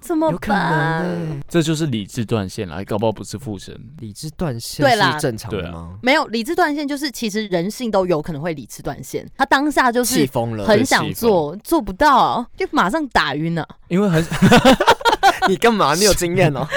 Speaker 1: 怎么
Speaker 2: 有可
Speaker 1: 办？
Speaker 2: 能欸
Speaker 3: 这就是理智断线了，搞不好不是附身。
Speaker 2: 理智断线
Speaker 1: 对啦
Speaker 2: 是正常
Speaker 3: 对
Speaker 2: 的
Speaker 3: 啊
Speaker 2: 吗？
Speaker 1: 没有理智断线，就是其实人性都有可能会理智断线。他当下就
Speaker 2: 气
Speaker 1: 是
Speaker 2: 疯了，
Speaker 1: 很想做，做不到，就马上打晕了。
Speaker 3: 因为很
Speaker 2: 你干嘛？你有经 验哦。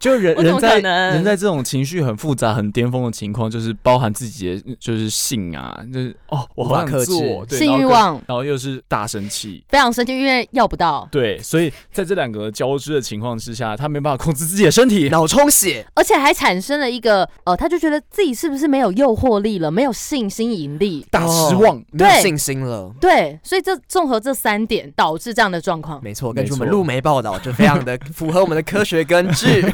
Speaker 3: 就人
Speaker 1: 我怎
Speaker 3: 人
Speaker 1: 么
Speaker 3: 在
Speaker 1: 可能
Speaker 3: 人在这种情绪很复杂、很巅峰的情况，就是包含自己的就是性啊，就是哦，我
Speaker 2: 无法
Speaker 3: 好想
Speaker 2: 克制
Speaker 3: 做，对
Speaker 1: 性欲，
Speaker 3: 然后
Speaker 1: 望
Speaker 3: 跟然后又是大生气。
Speaker 1: 非常生气，因为要不到，
Speaker 3: 对，所以在这两个交织的情况之下，他没办法控制自己的身体，
Speaker 2: 脑充血，
Speaker 1: 而且还产生了一个呃，他就觉得自己是不是没有诱惑力了，没有性吸引力。
Speaker 3: 大失望。
Speaker 2: 没有
Speaker 1: 哦对
Speaker 2: 信心了。
Speaker 1: 对，所以这综合这三点导致这样的状况。
Speaker 2: 没错，
Speaker 3: 没
Speaker 2: 根据我们
Speaker 3: 错
Speaker 2: 路媒报道，就非常的符合我们的科学根 据。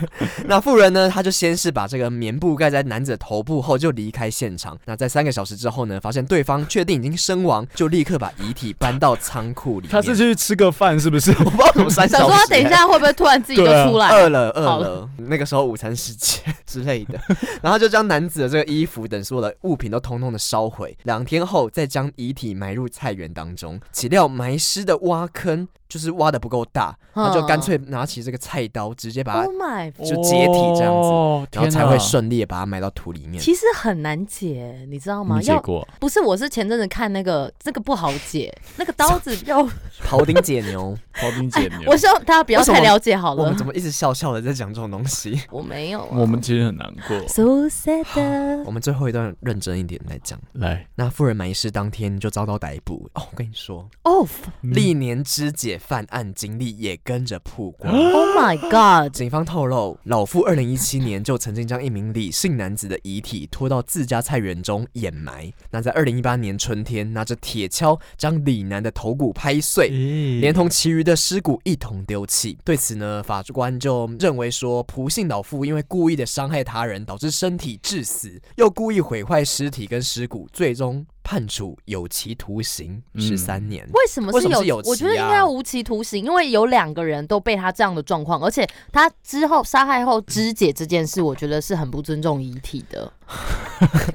Speaker 2: 那妇人呢，她就先是把这个棉布盖在男子的头部后，就离开现场。那在三个小时之后呢，发现对方确定已经身亡，就立刻把遗体搬到仓库里面。
Speaker 3: 他是去吃个饭是不是？
Speaker 2: 我不知道怎么三
Speaker 1: 想
Speaker 2: 小
Speaker 1: 说
Speaker 2: 时、
Speaker 1: 他等一下会不会突然自己就
Speaker 3: 对啊
Speaker 1: 出来了？
Speaker 2: 饿了，饿
Speaker 1: 好
Speaker 2: 了，那个时候午餐时间之类的， 然后就将男子的这个衣服等所有的物品都通通的烧毁。两天后，再将遗体埋入菜园当中。岂料埋尸的挖坑就是挖的不够大，
Speaker 1: 嗯
Speaker 2: 他就干脆拿起这个菜刀，直接把
Speaker 1: Oh
Speaker 2: 它，
Speaker 1: my！
Speaker 2: 就解体这样子
Speaker 3: 哦、
Speaker 2: 然后
Speaker 3: 天
Speaker 2: 才
Speaker 3: 哪
Speaker 2: 会顺利的把它埋到土 里面。
Speaker 1: 其实很难解，你知道吗？
Speaker 3: 没结
Speaker 1: 哦要
Speaker 3: 果
Speaker 1: 不是我是前阵子看那个，这个不好解，那个刀 子要，
Speaker 2: 庖丁解牛，
Speaker 3: 庖丁解牛。
Speaker 1: 我希望大家不要
Speaker 2: 为什么
Speaker 1: 太了解好
Speaker 2: 我
Speaker 1: 了
Speaker 2: 们。怎么一直笑笑的在讲这种 东西？
Speaker 1: 我没有啊，
Speaker 3: 我们其实很难过。
Speaker 1: so sad
Speaker 2: 我们最后一段认真一点 来讲。
Speaker 3: 来，
Speaker 2: 那妇人埋尸当天就遭到逮捕。哦，我跟你说，
Speaker 1: off。
Speaker 2: 历年肢解犯案经历也跟着曝光。
Speaker 1: Oh my god！
Speaker 2: 警方透露，老妇二零一七年就曾经将一名李姓男子的遗体拖到自家菜园中掩埋。那在二零一八年春天，拿着铁锹将李男的头骨拍碎，
Speaker 3: 嗯
Speaker 2: 连
Speaker 3: 连
Speaker 2: 同其余的尸骨一同丢弃。对此呢，法官就认为说，蒲姓老妇因为故意的伤害他人，导致身体致死，又故意毁坏尸体跟尸骨，最终判处有期徒刑
Speaker 3: 嗯
Speaker 2: 十三年。
Speaker 1: 为什么
Speaker 2: 为什
Speaker 1: 是有？
Speaker 2: 么是有
Speaker 1: 我觉得
Speaker 2: 期
Speaker 1: 应
Speaker 2: 啊
Speaker 1: 该要无期徒刑，因为有两个人都被他这样的状况，而且他之后杀害后肢解这件事，我觉得是很不尊重遗体的。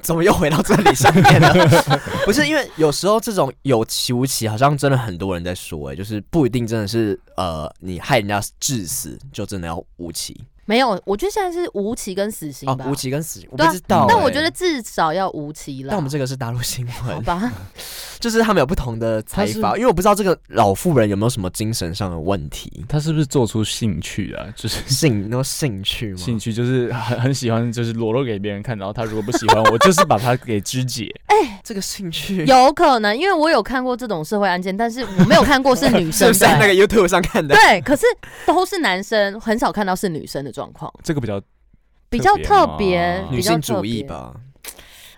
Speaker 2: 怎么又回到这里上面了？不是因为有时候这种有期无期，好像真的很多人在说、哎，就是不一定真的是呃，你害人家致死就真的要无期
Speaker 1: 没有，我觉得现在是无期跟死刑
Speaker 2: 啊
Speaker 1: 吧，。
Speaker 2: 无期跟死刑我不
Speaker 1: 对啊
Speaker 2: 知道、
Speaker 1: 但
Speaker 2: 哎
Speaker 1: 我觉得，至少要无期了。
Speaker 2: 但我们这个是大陆新
Speaker 1: 好
Speaker 2: 闻，
Speaker 1: 吧，
Speaker 2: 就是他们有不同的
Speaker 3: 他
Speaker 2: 采
Speaker 3: 是，
Speaker 2: 访，因为我不知道这个老妇人有没有什么精神上的问题
Speaker 3: 他是不是做出兴趣啊？就是
Speaker 2: 兴那兴趣吗？
Speaker 3: 兴趣就是很很喜欢，就是裸露给别人看，然后他如果不喜欢我，就是把他给 肢解。
Speaker 2: 这个兴趣
Speaker 1: 有可能，因为我有看过这种社会案件，但是我没有看过是女
Speaker 2: 是
Speaker 1: 生
Speaker 2: 不是在那
Speaker 1: 的。
Speaker 2: 个 YouTube 上看的？
Speaker 1: 对，可是都是男生，很少看到是女生的状况，
Speaker 3: 这个比较
Speaker 1: 比较特
Speaker 3: 特别
Speaker 1: 别
Speaker 3: 吗，
Speaker 2: 女
Speaker 1: 比较
Speaker 2: 性
Speaker 1: 特
Speaker 2: 主义
Speaker 1: 别。
Speaker 2: 吧，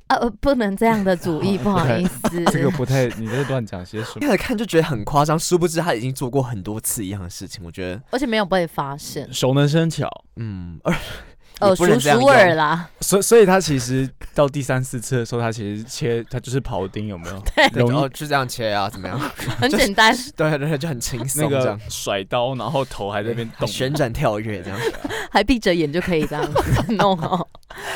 Speaker 1: 啊呃，不能这样的主意， 不好意思。
Speaker 3: 这个不太，你在乱讲些什么？
Speaker 2: 开始看就觉得很夸张，殊不知他已经做过很多次一样的事情，我觉得。
Speaker 1: 而且没有被发现，
Speaker 3: 熟能生巧，
Speaker 2: 嗯，而
Speaker 1: 呃，
Speaker 2: 也
Speaker 1: 熟
Speaker 2: 不能这样
Speaker 1: 熟耳 啦，
Speaker 3: 所以所以他其实到第三四次的时候，他其实切他就是庖丁 有没有？容
Speaker 2: 然后
Speaker 3: 易
Speaker 2: 就这样切啊，怎么 样？
Speaker 1: 很简单。
Speaker 2: 对对对，就很轻
Speaker 3: 那
Speaker 2: 松这
Speaker 3: 个
Speaker 2: 样，
Speaker 3: 甩刀，然后头还在那边动。
Speaker 2: 旋转跳跃 这样。
Speaker 1: 还闭着眼就可以这样子弄 哦。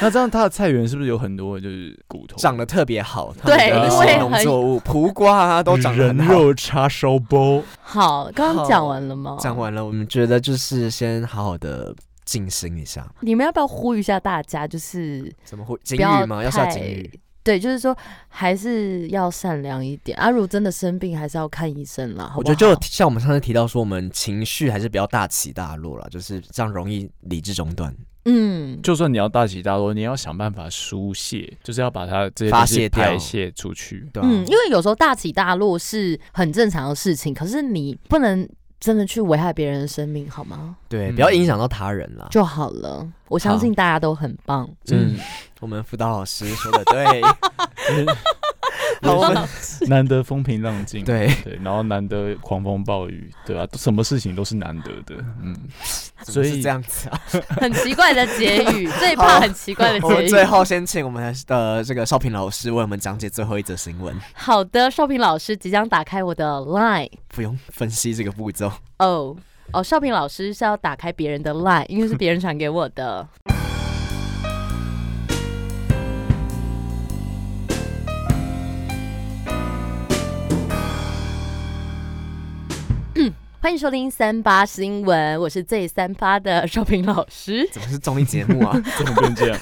Speaker 3: 那这样他的菜园是不是有很多就是骨头？
Speaker 2: 长得特别好，他
Speaker 1: 对
Speaker 2: 们的那些
Speaker 1: 因为
Speaker 2: 农
Speaker 1: 很
Speaker 2: 作物、苦瓜啊都长得
Speaker 3: 人
Speaker 2: 很好。
Speaker 3: 肉叉烧包。
Speaker 1: 好，刚刚讲完了吗？
Speaker 2: 讲。完了，我们觉得就是先好好的静心一下。
Speaker 1: 你们要不要呼吁一下大家，就是
Speaker 2: 怎么会
Speaker 1: 不
Speaker 2: 金
Speaker 1: 要
Speaker 2: 鱼吗？要下
Speaker 1: 太
Speaker 2: 金鱼？
Speaker 1: 对，就是说还是要善良一点。阿、啊如果真的生病，还是要看医生啦。好
Speaker 2: 我
Speaker 1: 不
Speaker 2: 觉得
Speaker 1: 好
Speaker 2: 就像我们上次提到说，我们情绪还是比较大起大落了，就是这样容易理智中断。
Speaker 1: 嗯，
Speaker 3: 就算你要大起大落，你要想办法疏泄，就是要把它这些
Speaker 2: 发
Speaker 3: 东西
Speaker 2: 泄掉
Speaker 3: 排泄出去。
Speaker 1: 嗯
Speaker 2: 对啊，
Speaker 1: 嗯，因为有时候大起大落是很正常的事情，可是你不能真的去危害别人的生命，好吗？
Speaker 2: 对，
Speaker 3: 嗯
Speaker 2: 不要影响到他人啦。
Speaker 1: 就好了。我相信大家都很 棒。
Speaker 2: 嗯，我们辅导老师说的对，好，我们
Speaker 3: 难得风平浪 静，
Speaker 2: 对
Speaker 3: 对，然后难得狂风暴雨，对啊，什么事情都是难得的，嗯，
Speaker 2: 怎
Speaker 3: 所
Speaker 2: 么
Speaker 3: 以
Speaker 2: 是这样子啊。
Speaker 1: 很奇怪的结语，最怕很奇怪的
Speaker 2: 我们
Speaker 1: 结
Speaker 2: 最
Speaker 1: 语。
Speaker 2: 后先请我们的呃这个少平老师为我们讲解最后一则新闻，
Speaker 1: 好的，少平老师即将打开我的 Line
Speaker 2: 不用分析这个步骤。
Speaker 1: 哦哦，少平老师是要打开别人的 Line，因为是别人传给我的。嗯欢迎收听三八新闻，我是最三八的 少平老师。
Speaker 2: 怎么是综艺节目啊？
Speaker 3: 怎么变这样？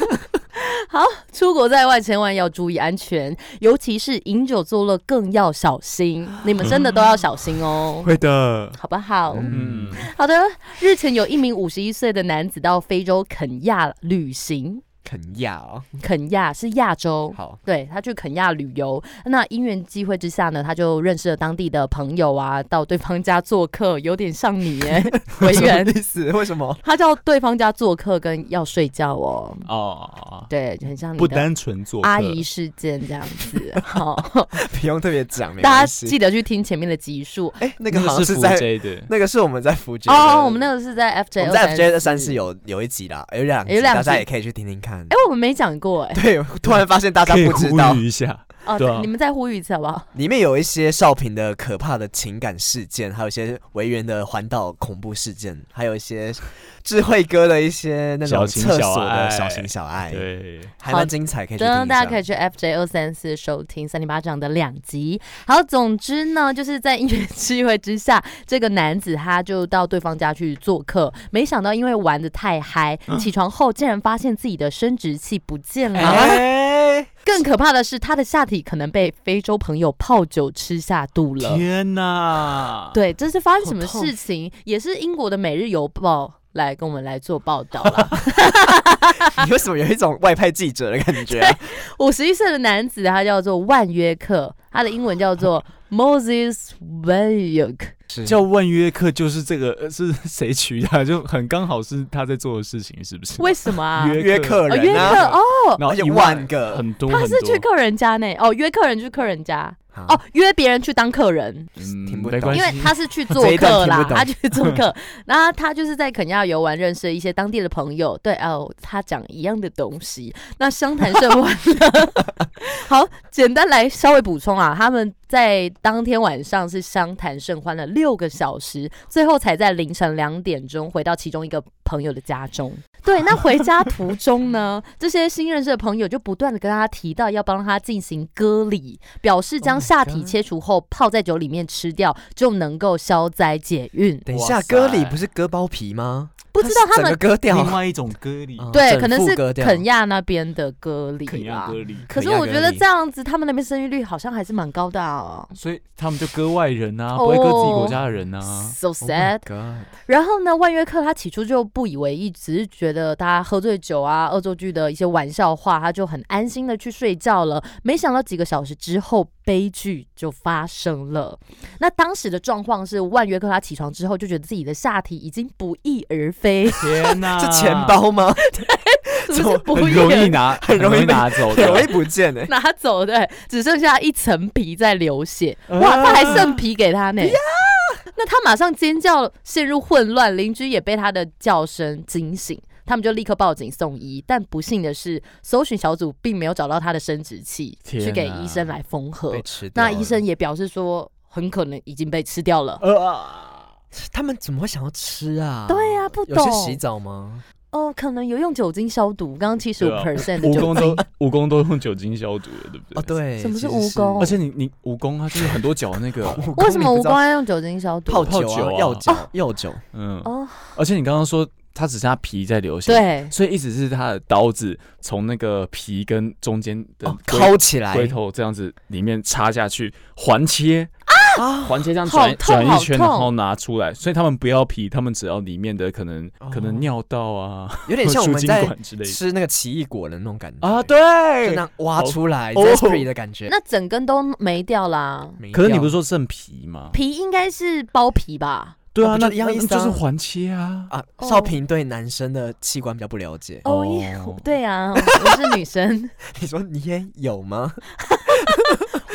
Speaker 1: 出国在外千万要注意安全，尤其是饮酒作乐更要小心。你们真的都要小心哦，
Speaker 3: 会的，
Speaker 1: 好不好？
Speaker 3: 嗯，
Speaker 1: 好的。日前有一名五十一岁的男子到非洲肯亚旅行，
Speaker 2: 肯亚哦，
Speaker 1: 肯亚是亚洲。
Speaker 2: 好，
Speaker 1: 对他去肯亚旅游，那因缘际会之下呢，他就认识了当地的朋友啊，到对方家做客，有点像你 耶，委员
Speaker 2: 什么。意思？为什么？
Speaker 1: 他到对方家做客跟要睡觉哦，
Speaker 3: 哦，
Speaker 1: 对，很像你
Speaker 3: 不
Speaker 1: 的
Speaker 3: 单纯做客
Speaker 1: 阿姨，事件这样 子。好，
Speaker 2: 不用特别讲，没
Speaker 1: 大家
Speaker 2: 关系
Speaker 1: 记得去听前面的集数
Speaker 2: 哎，那
Speaker 3: 那
Speaker 2: 个好像
Speaker 3: 是福
Speaker 2: 在
Speaker 3: J 的，
Speaker 2: 那个是我们在福建
Speaker 1: 哦。我们那个是在 FJ，
Speaker 2: 我
Speaker 3: 哦
Speaker 2: 们在 FJ 三是。有有一集啦，有两集
Speaker 1: 有两集
Speaker 2: 大家也可以去听听看
Speaker 1: 哎。，我们没讲过哎、
Speaker 2: 对，突然发现大家
Speaker 3: 可以
Speaker 2: 不知
Speaker 3: 呼
Speaker 2: 道，
Speaker 3: 吁一下，对
Speaker 1: 哦
Speaker 3: 啊，
Speaker 1: 你们再呼吁一次好不好？
Speaker 2: 里面有一些少平的可怕的情感事件，还有一些维园的环岛恐怖事件，还有一些智慧哥的一些那种
Speaker 3: 小情
Speaker 2: 厕所
Speaker 3: 小爱
Speaker 2: 的小情小
Speaker 1: 哎
Speaker 2: 爱，
Speaker 3: 对，
Speaker 2: 还蛮精彩，可以去听一下
Speaker 1: 真的，大家可以去 FJ 二三四收听三零八长的两集。好，总之呢，就是在音乐机会之下，这个男子他就到对方家去做客，没想到因为玩的太嗨，
Speaker 2: 嗯
Speaker 1: 起床后竟然发现自己的生殖器不见了。
Speaker 2: 哎，
Speaker 1: 更可怕的是，他的下体可能被非洲朋友泡酒吃下肚了。
Speaker 3: 天
Speaker 2: 啊
Speaker 3: 哪，
Speaker 1: 对，这是发生什么
Speaker 3: 好痛
Speaker 1: 事情？也是英国的《每日邮报》来跟我们来做报道啦。
Speaker 2: 你为什么有一种外派记者的感觉 啊？
Speaker 1: 五十一岁的男子，他叫做万约克，他的英文叫 做 Moses Van Yuk。
Speaker 2: 是
Speaker 3: 叫万约克就是这个呃是 谁取的啊？就很刚好是他在做的事情，是不是？
Speaker 1: 为什么啊？
Speaker 3: 约
Speaker 2: 约克
Speaker 1: 哦，约
Speaker 2: 人
Speaker 1: 克
Speaker 2: 啊，
Speaker 1: 哦，
Speaker 3: 然后
Speaker 2: 而且
Speaker 3: 一
Speaker 2: 万个
Speaker 3: 很多，
Speaker 1: 他是
Speaker 3: 很多
Speaker 1: 去客人家呢。哦，约客人去客人家，
Speaker 2: 啊
Speaker 1: 哦，约别人去当客人，
Speaker 3: 嗯
Speaker 2: 听不
Speaker 3: 没
Speaker 2: 懂
Speaker 3: 关
Speaker 1: 因为
Speaker 3: 系
Speaker 1: 他是去做
Speaker 2: 这一段
Speaker 1: 客
Speaker 2: 听
Speaker 1: 啦，
Speaker 2: 不懂
Speaker 1: 他去做客。那他就是在肯亚游玩，认识了一些当地的朋友。对哦，他讲一样的东西，那相谈甚欢了。 好，简单来稍微补充啊，他们在当天晚上是相谈甚欢了六个小时，最后才在凌晨两点钟回到其中一个朋友的家中。对，那回家途中呢，这些新认识的朋友就不断的跟他提到要帮他进行割礼，表示将
Speaker 3: Oh my
Speaker 1: 下体
Speaker 3: God
Speaker 1: 切除后泡在酒里面吃掉，就能够消灾解运。
Speaker 2: 等一下，
Speaker 3: 哇塞
Speaker 2: 割礼不是割包皮吗？
Speaker 1: 不知道他
Speaker 2: 整个
Speaker 1: 们
Speaker 2: 割掉，
Speaker 3: 另外一种割礼，
Speaker 2: 嗯
Speaker 1: 对，
Speaker 2: 整
Speaker 1: 可能
Speaker 2: 副
Speaker 1: 是
Speaker 2: 割掉
Speaker 1: 肯亚那边的割礼
Speaker 3: 肯亚
Speaker 1: 啦。
Speaker 3: 割礼，
Speaker 1: 啊可是
Speaker 2: 肯亚
Speaker 1: 我
Speaker 2: 割
Speaker 1: 觉得
Speaker 2: 礼
Speaker 1: 这样子，他们那边生育率好像还是蛮高的哦。
Speaker 3: 所以他们就割外人啊，
Speaker 1: 哦
Speaker 3: 不会割自己国家的人啊。
Speaker 1: So
Speaker 2: Oh my
Speaker 1: sad。
Speaker 2: God
Speaker 1: 然后呢，万约克他起初就不以为意，只是觉得他喝醉酒啊、恶作剧的一些玩笑话，他就很安心的去睡觉了。没想到几个小时之后，悲剧就发生了。那当时的状况是，万约克他起床之后就觉得自己的下体已经不翼而飞，
Speaker 3: 天哪，
Speaker 2: 是钱 包吗？
Speaker 1: 是不是不
Speaker 3: 很
Speaker 1: 翼
Speaker 3: 容易
Speaker 1: 而
Speaker 3: 拿，
Speaker 2: 很容易
Speaker 3: 易拿走
Speaker 2: 很容易
Speaker 3: 的。
Speaker 2: 不见哎，
Speaker 1: 拿走的，只剩下一层皮在流血。
Speaker 3: 啊
Speaker 1: 哇，他还剩皮给他呢。那他马上尖叫，陷入混乱，邻居也被他的叫声惊醒，他们就立刻报警送医。但不幸的是，搜寻小组并没有找到他的生殖器，
Speaker 3: 天
Speaker 1: 去给
Speaker 3: 哪
Speaker 1: 医生来缝合
Speaker 2: 啊被。吃掉
Speaker 1: 那
Speaker 2: 了。啊
Speaker 1: 医生也表示说，很可能已经被吃掉了。
Speaker 3: 呃，
Speaker 2: 他们怎么会想要吃啊？
Speaker 1: 对啊，不
Speaker 2: 有去
Speaker 1: 懂
Speaker 2: 洗澡吗？
Speaker 1: 哦，可能有用酒精消毒，刚刚七十五
Speaker 3: 对啊
Speaker 1: percent 的
Speaker 3: 蜈
Speaker 1: 酒
Speaker 3: 蚣都
Speaker 1: 精。
Speaker 3: 蜈蚣都用酒精消毒了，对不对？
Speaker 2: 哦，。对，
Speaker 1: 什么是
Speaker 2: 其
Speaker 1: 蜈
Speaker 2: 实
Speaker 1: 蚣
Speaker 3: 而且你你蜈蚣它就是很多脚那个，
Speaker 2: 蜈蚣
Speaker 1: 为什么
Speaker 2: 你
Speaker 1: 蜈
Speaker 2: 不知
Speaker 1: 蚣
Speaker 2: 道
Speaker 1: 要用酒精消毒？
Speaker 2: 泡
Speaker 3: 泡
Speaker 2: 酒
Speaker 3: 酒
Speaker 2: 啊、
Speaker 3: 啊
Speaker 2: 药酒、药酒？
Speaker 3: 嗯，
Speaker 1: 哦，
Speaker 3: 而且你刚刚说它只剩下皮在流血，，
Speaker 1: 对，
Speaker 3: 所以一直是它的刀子从那个皮跟中间的
Speaker 2: 哦
Speaker 3: 龟
Speaker 2: 抠起来
Speaker 3: 龟头这样子里面插下去，环切
Speaker 2: 啊！
Speaker 3: 环切这样
Speaker 1: 好
Speaker 3: 转
Speaker 1: 痛
Speaker 3: 转
Speaker 1: 好
Speaker 3: 一圈，
Speaker 1: 痛
Speaker 3: 然后拿出来，所以他们不要皮，他们只要里面的可能
Speaker 2: 哦
Speaker 3: 可能尿道啊，
Speaker 2: 有点
Speaker 3: 或
Speaker 2: 像我
Speaker 3: 输
Speaker 2: 们
Speaker 3: 精
Speaker 2: 在
Speaker 3: 管之类的
Speaker 2: 吃那个奇异果的那种感觉
Speaker 3: 啊，，
Speaker 2: 就
Speaker 3: 对
Speaker 2: 那。样挖出来
Speaker 3: 哦
Speaker 2: Zespri 的感觉。
Speaker 1: 那整根都没掉啦。
Speaker 2: 没
Speaker 3: 可是你
Speaker 2: 掉
Speaker 3: 不是说剩皮吗？
Speaker 1: 皮应该是包皮吧？
Speaker 3: 对
Speaker 2: 那
Speaker 3: 啊，
Speaker 2: 不就
Speaker 3: 那
Speaker 2: 一样意思
Speaker 3: 那
Speaker 2: 啊
Speaker 3: 就是环切啊。
Speaker 2: 啊，
Speaker 1: 哦
Speaker 2: 少平对男生的器官比较不 了解。
Speaker 1: 哦，耶，对啊，我是女生，
Speaker 2: 你说你也有吗？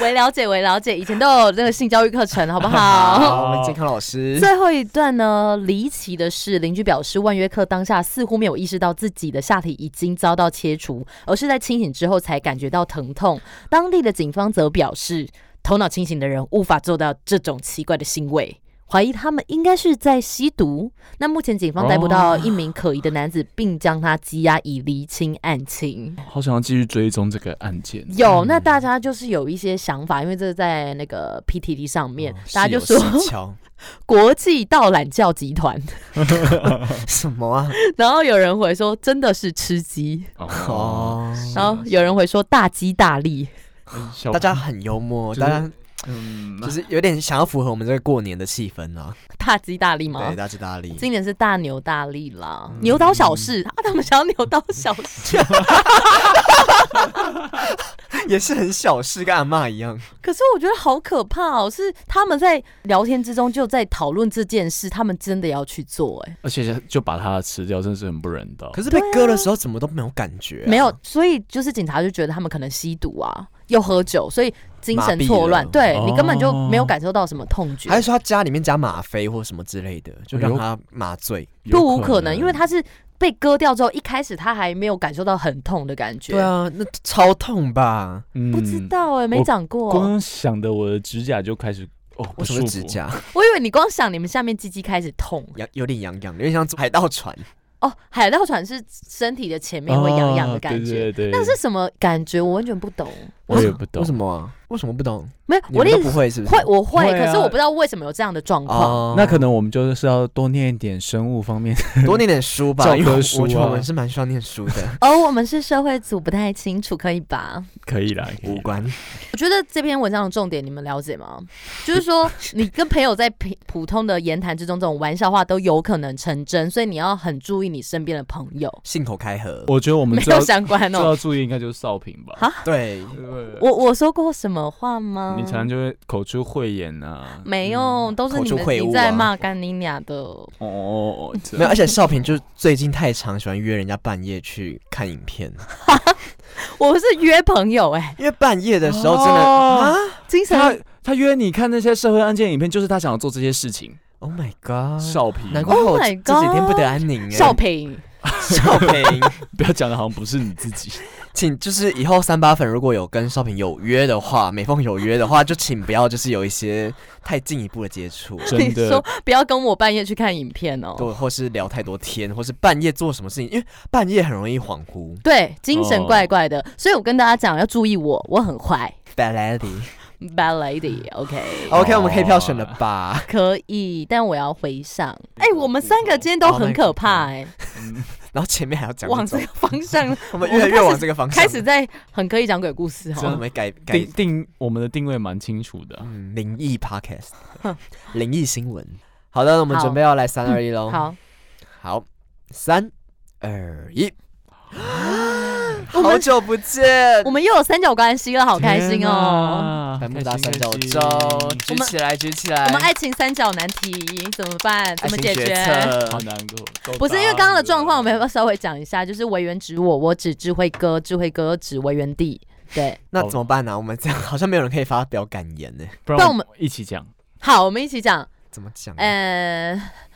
Speaker 1: 为了解，为了解，以前都有这个性教育课程，好不 好？
Speaker 2: 好，我们健康老师
Speaker 1: 最后一段呢，离奇的是，邻居表示，万约克当下似乎没有意识到自己的下体已经遭到切除，而是在清醒之后才感觉到疼痛。当地的警方则表示，头脑清醒的人无法做到这种奇怪的行为。怀疑他们应该是在吸毒。那目前警方逮捕到一名可疑的男子，并将他羁押以厘清案情。
Speaker 3: 好想要继续追踪这个案件。
Speaker 1: 有，那大家就是有一些想法，因为这是在那个 PTT 上面，
Speaker 2: 哦
Speaker 1: 大家就
Speaker 2: 室友
Speaker 1: 说
Speaker 2: 蹊跷
Speaker 1: 国际盗懒教集团，
Speaker 2: 什么啊？
Speaker 1: 然后有人回说真的是吃鸡，
Speaker 3: 哦，
Speaker 2: 哦，
Speaker 1: 然后有人回说大吉大利，
Speaker 2: 啊
Speaker 3: 小
Speaker 2: 大家很幽默，
Speaker 3: 就是
Speaker 2: 大家
Speaker 3: 嗯
Speaker 2: 就，是有点想要符合我们这个过年的气氛啊。
Speaker 1: 大吉大利吗
Speaker 2: 对，？大吉嗯大利。
Speaker 1: 今年是大牛大利啦，牛刀小试啊，他们想要牛刀小试，
Speaker 2: 嗯也是很小事，跟阿妈一样。
Speaker 1: 可是我觉得好可怕哦，是他们在聊天之中就在讨论这件事，他们真的要去做、哎、
Speaker 3: 而且就把它吃掉，真的是很不人道。
Speaker 2: 可是被割的时候怎么都没有感觉、啊
Speaker 1: 没有，，所以就是警察就觉得他们可能吸毒啊，又喝酒，所以精神错乱，
Speaker 2: 麻痹了哦
Speaker 1: 对你根本就
Speaker 3: 哦
Speaker 1: 没有感受到什么痛觉，
Speaker 2: 还是说他家里面加吗啡或什么之类的，就让他麻醉？
Speaker 1: 不无可能，因为他是被割掉之后，一开始他还没有感受到很痛的感觉。
Speaker 2: 对，啊，那超痛吧？
Speaker 1: 不
Speaker 3: 不
Speaker 1: 知。道哎、没
Speaker 3: 嗯我
Speaker 1: 长过。
Speaker 3: 嗯光想的我的指甲就开始哦，不
Speaker 2: 为什
Speaker 3: 舒
Speaker 2: 么
Speaker 3: 服。
Speaker 2: 是指甲？
Speaker 1: 我以为你光想你们下面鸡鸡开始痛
Speaker 2: 痒，有点痒痒，有点像海盗船。
Speaker 1: 哦，海盗船是身体的前面会痒痒的感觉，
Speaker 3: 啊对对对，
Speaker 1: 那是什么感觉？我完全不懂。
Speaker 3: 我也不懂
Speaker 2: 为什。么啊？为什么不懂？
Speaker 1: 没有，
Speaker 2: 你
Speaker 1: 我
Speaker 2: 们
Speaker 1: 的意
Speaker 2: 都
Speaker 1: 思
Speaker 2: 不会是不是？
Speaker 1: 会我会，
Speaker 3: 会啊啊
Speaker 1: 可是我不知道为什么有这样的状况。。
Speaker 2: 哦，
Speaker 3: 那可能我们就是要多念一点生物方面。
Speaker 2: 多念点书吧，
Speaker 3: 教
Speaker 2: 因
Speaker 3: 科
Speaker 2: 为我
Speaker 3: 书
Speaker 2: 我觉得
Speaker 3: 啊
Speaker 2: 我们是蛮需要念书的
Speaker 1: 哦，我们是社会组，不太清楚，可以吧？
Speaker 3: 可以啦，可以
Speaker 2: 无关，
Speaker 1: 我觉得这篇文章的重点你们了解吗？就是 说，你跟朋友在平普通的言谈之中，这种玩笑话都有可能成真，所以你要很注意你身边的朋友。
Speaker 2: 信口开河。
Speaker 3: 我觉得我们
Speaker 1: 没
Speaker 3: 最
Speaker 1: 有
Speaker 3: 要
Speaker 1: 相关
Speaker 3: 最
Speaker 1: 哦。
Speaker 3: 要注意应该就是少平吧。
Speaker 1: 哈
Speaker 2: 对，
Speaker 3: 对
Speaker 1: 我我说过什么话吗？
Speaker 3: 你常常就会口出秽言啊。
Speaker 1: 没有，都是
Speaker 2: 口
Speaker 1: 你
Speaker 2: 出
Speaker 1: 们
Speaker 2: 秽
Speaker 1: 你
Speaker 2: 物
Speaker 1: 在
Speaker 2: 啊
Speaker 1: 骂干你俩的。
Speaker 3: 哦，这
Speaker 2: 没有，而且少平就最近太常喜欢约人家半夜去看影片，
Speaker 1: 我是约朋友哎、
Speaker 2: 因为半夜的时候真的
Speaker 3: 哦
Speaker 2: 啊
Speaker 1: 精神
Speaker 3: 他他约你看那些社会案件影片，就是他想要做这些事情。
Speaker 2: ，Oh my
Speaker 1: 啊
Speaker 2: god，
Speaker 3: 少平，
Speaker 2: 难怪我
Speaker 1: Oh my
Speaker 2: 这这几天不得安宁哎。
Speaker 1: 少平，
Speaker 2: 少平，
Speaker 3: 不要讲的好像不是你自 己。
Speaker 2: 请就是以后三八粉如果有跟少平有约的话，美凤有约的话，就请不要就是有一些太进一步的接触。
Speaker 1: 你
Speaker 3: 真的
Speaker 1: 说不要跟我半夜去看影片哦。
Speaker 2: 对，或是聊太多天，或是半夜做什么事情，因为半夜很容易恍惚。
Speaker 1: 对，精神怪怪
Speaker 2: 哦
Speaker 1: 的，所以我跟大家讲要注意我，我很坏
Speaker 2: Bad 哦 lady。
Speaker 1: ，bad lady，OK，、
Speaker 2: OK，、我们可以票选了吧？
Speaker 1: 可以，但我要回上。哎、我们三个今天都很可怕哎、
Speaker 2: 然后前面还要哦讲
Speaker 1: 往
Speaker 2: 这
Speaker 1: 这
Speaker 2: 种
Speaker 1: 个方向，
Speaker 2: 我们越来越往这个方向
Speaker 1: 开始在很可以讲鬼故事
Speaker 2: 我
Speaker 1: 哈。
Speaker 2: 们改改
Speaker 3: 定定我们的定位蛮清楚的。
Speaker 2: 嗯灵异 podcast，灵异新闻。好的，那我们准备要来三二一喽。，
Speaker 1: 嗯好，
Speaker 2: 好，三 二一，
Speaker 1: 我们
Speaker 2: 好久不见
Speaker 1: 我。们又有三角关系了，好开心哦。
Speaker 2: 百慕达
Speaker 3: 开心
Speaker 2: 三角
Speaker 3: 啊开心
Speaker 2: 洲，
Speaker 1: 我
Speaker 2: 举
Speaker 1: 们
Speaker 2: 起来，举起
Speaker 1: 我们
Speaker 2: 来。
Speaker 1: 爱情三角难题怎么办？
Speaker 2: 爱
Speaker 1: 怎么
Speaker 2: 情
Speaker 1: 解
Speaker 2: 决
Speaker 1: 决？
Speaker 2: 策
Speaker 3: 好难过。都
Speaker 1: 不是因为刚刚的状况，我们要
Speaker 3: 打
Speaker 1: 不要稍微讲一下？就是委员指我，我指智慧哥，智慧哥指委员弟。对，
Speaker 2: 那怎么办呢、我们这样好像没有人可以发表感言呢。
Speaker 3: 了，不
Speaker 1: 不然
Speaker 3: 然
Speaker 1: 我
Speaker 3: 我
Speaker 1: 们
Speaker 3: 们一起讲
Speaker 1: 好，我们一起讲。
Speaker 2: 怎么讲啊？
Speaker 1: 呃，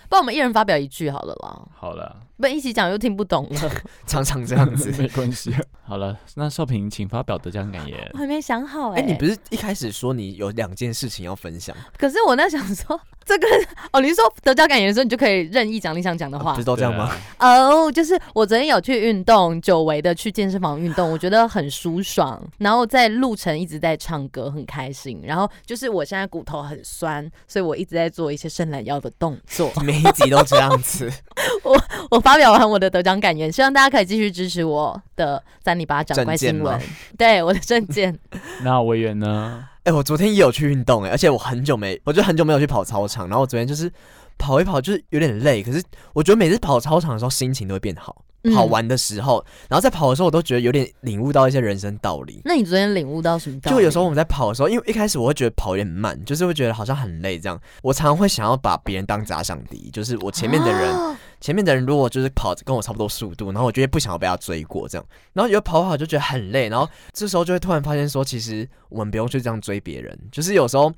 Speaker 1: 不然我们一人发表一句好了啦，
Speaker 3: 好了，
Speaker 1: 不然一起讲又听不懂 了。
Speaker 2: 常常这样 子
Speaker 3: 。没关系。 好了，那少平，请发表得奖感言
Speaker 1: 我。还没想好哎、
Speaker 2: 哎、你不是一开始说你有两件事情要分享，
Speaker 1: 可是我那想说，这个哦，你是说得交感言的时候，你就可以任意讲你想讲的话
Speaker 2: 啊不是。都这样吗？
Speaker 1: 哦，就是我昨天有去运动，久违的去健身房运动，我觉得很舒爽。然后在路程一直在唱歌，很开心。然后就是我现在骨头很酸，所以我一直在做一些伸懒腰的动 作。
Speaker 2: 每一集都这样子。
Speaker 1: 我发表完我的得奖感言，希望大家可以继续支持我的三里八掌怪新
Speaker 2: 证件
Speaker 1: 闻
Speaker 2: 吗，
Speaker 1: 对我的证件。
Speaker 3: 对啊那委员呢？
Speaker 2: 哎、我昨天也有去运动哎、而且我很久没，我就很久没有去跑操场， 然后我昨天就是跑一跑，就是有点累，可是我觉得每次跑操场的时候心情都会变好，
Speaker 1: 嗯
Speaker 2: 跑完的时候，然后在跑的时候，我都觉得有点领悟到一些人生道理。
Speaker 1: 那你昨天领悟到什么道理？
Speaker 2: 就有时候我们在跑的时候，因为一开始我会觉得跑有点慢，就是会觉得好像很累这样。我常常会想要把别人当假想敌，就是我前面的人，
Speaker 1: 啊
Speaker 2: 前面的人如果就是跑跟我差不多速度，然后我就会不想要被他追过这样。然后有跑跑就觉得很累，然后这时候就会突然发现说，其实我们不用去这样追别人，就是有时候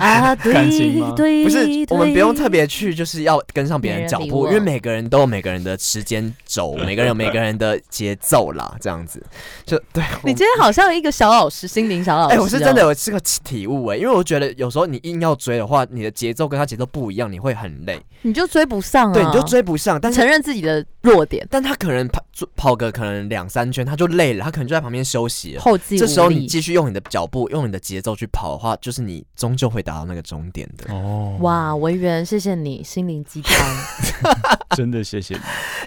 Speaker 1: 啊，对
Speaker 3: 感情吗
Speaker 1: 对，
Speaker 2: 不是我们不用
Speaker 1: 对
Speaker 2: 特别去就是要跟上别人脚
Speaker 1: 没人理
Speaker 2: 步，
Speaker 1: 我
Speaker 2: 因为每个人都有每个人的时间轴，每个人有每个人的节奏啦，这样子就对。我
Speaker 1: 你今天好像一个小老师，心灵小老师、哦
Speaker 2: 哎、我是真的，有这个体悟哎、因为我觉得有时候你硬要追的话，你的节奏跟他节奏不一样，你会很累，
Speaker 1: 你就追不上啊，
Speaker 2: 对，你就追不上。但是，
Speaker 1: 承认自己的弱点，
Speaker 2: 但他可能跑跑个可能两三圈，他就累了，他可能就在旁边休息了。
Speaker 1: 后继无力。
Speaker 2: 这时候你继续用你的脚步，用你的节奏去跑的话，就是你终究会达到那个终点 的。
Speaker 3: 哦，
Speaker 1: 哇，维园，谢谢你，心灵鸡汤。
Speaker 3: 真的谢谢你。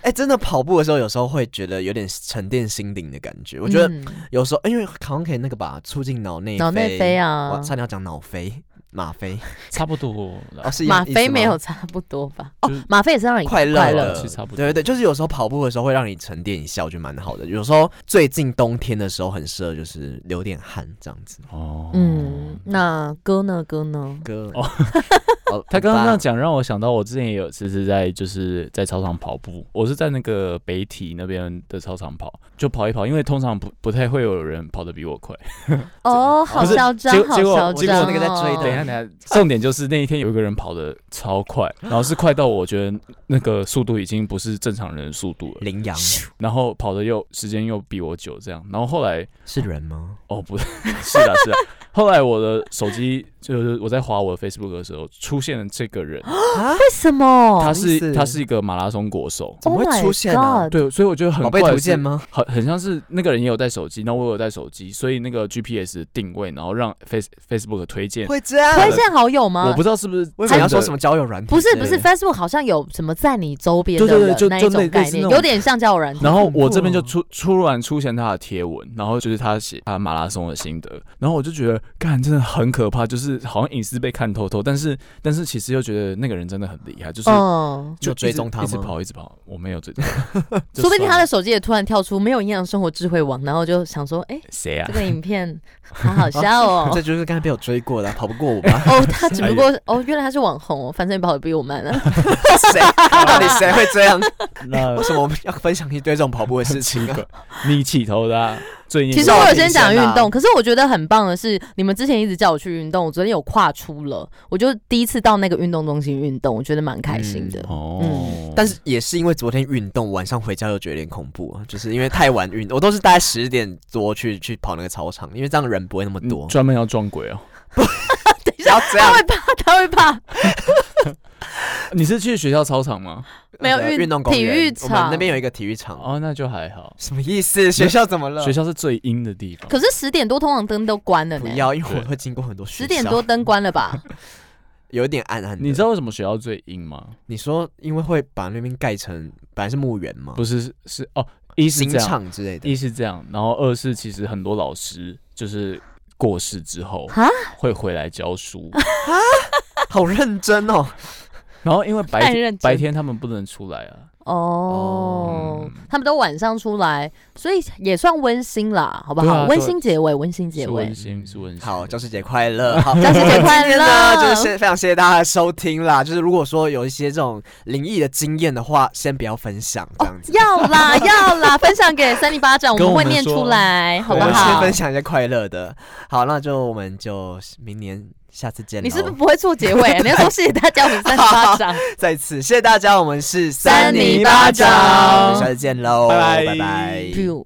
Speaker 2: 哎、真的跑步的时候，有时候会觉得有点沉淀心灵的感觉。我觉得
Speaker 1: 嗯
Speaker 2: 有时候，哎因为好像可以那个吧，促进脑内
Speaker 1: 脑内
Speaker 2: 啡
Speaker 1: 飞啊
Speaker 2: 我，差点要讲脑啡，吗 啡
Speaker 3: 差不多
Speaker 2: 哦，
Speaker 3: 了，
Speaker 2: 是一样
Speaker 1: 吗
Speaker 2: 的意思
Speaker 1: 啡没
Speaker 2: 吗
Speaker 1: 有差不多吧？哦
Speaker 3: 就是，
Speaker 1: 吗啡也是让你
Speaker 2: 快乐
Speaker 1: 快
Speaker 2: 的
Speaker 1: 乐
Speaker 3: 其实差不多。
Speaker 2: 对对对，就是有时候跑步的时候会让你沉淀一下，我觉得蛮好的。有时候最近冬天的时候很适合，就是流点汗这样子。
Speaker 3: 哦，
Speaker 1: 嗯，那歌呢？歌呢？
Speaker 2: 哥，
Speaker 3: 哦
Speaker 2: 哦
Speaker 3: 他刚刚那
Speaker 2: 吧
Speaker 3: 样讲，让我想到我之前也有一次是在就是在操场跑步，我是在那个北体那边的操场跑，就跑一跑，因为通常不不太会有人跑得比我快。
Speaker 1: 哦，好
Speaker 3: 不是
Speaker 1: 嚣张
Speaker 3: 结，果
Speaker 1: 好
Speaker 3: 结果
Speaker 1: 嚣张哦。
Speaker 3: 结果
Speaker 2: 那个在追的
Speaker 3: 等一下，等一下，重点就是那一天有一个人跑得超 快，然后是快到我觉得那个速度已经不是正常人的速度了，
Speaker 2: 羚羊
Speaker 3: 然后跑的又时间又比我久，这样，然后后来
Speaker 2: 是人吗？
Speaker 3: 哦，不是， 是的，是的。后来我的手机就是我在划我的 Facebook 的时候，出现了这个人，
Speaker 2: 啊，
Speaker 1: 为什么？
Speaker 3: 他
Speaker 2: 意思
Speaker 3: 是他是一个马拉松国手，
Speaker 2: 怎么
Speaker 1: Oh
Speaker 2: 会
Speaker 1: my
Speaker 2: 出现啊
Speaker 1: God
Speaker 3: 对，所以我觉得很
Speaker 2: 宝
Speaker 3: 怪
Speaker 2: 贝
Speaker 3: 的是，
Speaker 2: 图鉴吗？
Speaker 3: 很很像是那个人也有带手机，那我也有带手机，所以那个 GPS 定位，然后让 Face Facebook 推荐，
Speaker 2: 会这样？
Speaker 1: 推荐好友吗？
Speaker 3: 我不知道是不是
Speaker 2: 我以为
Speaker 3: 真
Speaker 2: 你要
Speaker 3: 的
Speaker 2: 说什么交友软体？
Speaker 1: 不是不是
Speaker 2: 对对对
Speaker 1: ，Facebook 好像有什么在你周边的
Speaker 3: 对对对
Speaker 1: 人
Speaker 3: 就
Speaker 1: 那
Speaker 3: 就
Speaker 1: 一
Speaker 3: 类
Speaker 1: 种
Speaker 3: 类
Speaker 1: 概
Speaker 3: 似
Speaker 1: 念，
Speaker 3: 那种
Speaker 1: 有点像交友软体。
Speaker 3: 然后我这边
Speaker 2: 恐怖
Speaker 3: 就
Speaker 2: 哦
Speaker 3: 出突然出现他的贴文，然后就是他写他马拉松的心得，然后我就觉得干真的很可怕，就是好像隐私被看透透，但是但是其实又觉得那个人真的很厉害，就是
Speaker 2: 哦
Speaker 1: 嗯，
Speaker 2: 就
Speaker 3: 一直
Speaker 2: 追踪他
Speaker 3: 一直
Speaker 2: 吗
Speaker 3: 跑一直跑，我没 有追踪，就
Speaker 1: 说不定
Speaker 3: 算
Speaker 1: 他的
Speaker 3: 了
Speaker 1: 手机也突然跳出没有营养生活智慧网，然后就想说，哎，
Speaker 3: 谁 啊
Speaker 1: 这？个影片好好笑哦？
Speaker 2: 这。就是刚才被我追过的，跑不过我吧
Speaker 1: 哦，他只不
Speaker 3: 哎
Speaker 1: 过哦，原来他是网红哦，反正你跑得比我慢 啊。
Speaker 2: 谁？到底谁会这 样？
Speaker 3: 那
Speaker 2: 为什么我们要分享一堆这种跑步的事情
Speaker 3: 奇
Speaker 2: 啊？
Speaker 3: 怪，你起头的、 啊，最
Speaker 1: 其
Speaker 3: 近
Speaker 1: 实我有先讲运
Speaker 2: 你先
Speaker 1: 动，
Speaker 2: 啊
Speaker 1: 可是我觉得很棒的是，你们之前一直叫我去运动，我昨天有跨出了，我就第一次到那个运动中心运动，我觉得蛮开心的。
Speaker 3: 哦、
Speaker 1: 嗯
Speaker 2: 但是也是因为昨天运动，晚上回家又觉得有点恐怖啊，就是因为太晚运，我都是大概十点多去去跑那个操场，因为这样人不会那么
Speaker 3: 你
Speaker 2: 多。
Speaker 3: 专门要撞鬼哦。
Speaker 2: 不要这样
Speaker 1: 他，会怕，他会怕。
Speaker 3: 你是去学校操场吗？
Speaker 1: 没有
Speaker 2: 呃
Speaker 1: 运
Speaker 2: 运动公园
Speaker 1: 体育
Speaker 2: 我们那
Speaker 1: 场
Speaker 2: 边有一个体育场，
Speaker 3: 哦，那就还好。
Speaker 2: 什么意思？学校怎么了？
Speaker 3: 学校是最阴的地方。
Speaker 1: 可是十点多通常灯都关了
Speaker 2: 不
Speaker 1: 呢，
Speaker 2: 要，因为
Speaker 3: 对
Speaker 2: 我会经过很多学校
Speaker 1: 十 点
Speaker 3: 啊
Speaker 1: 多灯关了吧？
Speaker 2: 有一点暗暗的。
Speaker 3: 你知道为什么学校最阴吗？
Speaker 2: 你说因为会把那边盖成本来是墓园嘛，
Speaker 3: 不是是是哦，一是
Speaker 2: 新
Speaker 3: 这样，
Speaker 2: 场之类的
Speaker 3: 一。是这样，然后二是其实很多老师就是过世之后
Speaker 1: 啊，
Speaker 3: 会回来教书，
Speaker 2: 好认真哦，
Speaker 3: 然后因为白
Speaker 1: 太
Speaker 3: 天
Speaker 1: 认真
Speaker 3: 白天他们不能出来啊，
Speaker 1: 哦，
Speaker 3: 嗯
Speaker 1: 他们都晚上出来，所以也算温馨啦，好不
Speaker 3: 对
Speaker 1: 好？
Speaker 3: 啊
Speaker 1: 温、馨结尾，温馨结
Speaker 3: 是
Speaker 1: 尾
Speaker 3: 温。馨是温馨。
Speaker 2: 好，教师节快 乐！好，
Speaker 1: 教师节快
Speaker 2: 今天呢，
Speaker 1: 乐！
Speaker 2: 就是谢非常谢谢大家的收听啦。就是如果说有一些这种灵异的经验的话，先不要分享这样子。
Speaker 1: 要啦要啦，分享给三零八掌，我
Speaker 3: 跟
Speaker 1: 们
Speaker 3: 我
Speaker 1: 会
Speaker 3: 们
Speaker 1: 念
Speaker 3: 说
Speaker 1: 出来，哦好
Speaker 2: 我
Speaker 1: 不
Speaker 2: 们先
Speaker 1: 好
Speaker 2: 分？享一些快乐的。好，那就我们就明年下次见咯。
Speaker 1: 你是不是不会做结尾、啊你要说谢谢大家，我们三零八掌。
Speaker 2: 再次谢谢大家，我们是
Speaker 1: 三
Speaker 3: 泥
Speaker 2: 泥
Speaker 3: 巴
Speaker 2: 巴
Speaker 3: 掌
Speaker 2: 下次见喽，
Speaker 3: 拜拜
Speaker 2: 拜拜。
Speaker 1: Pew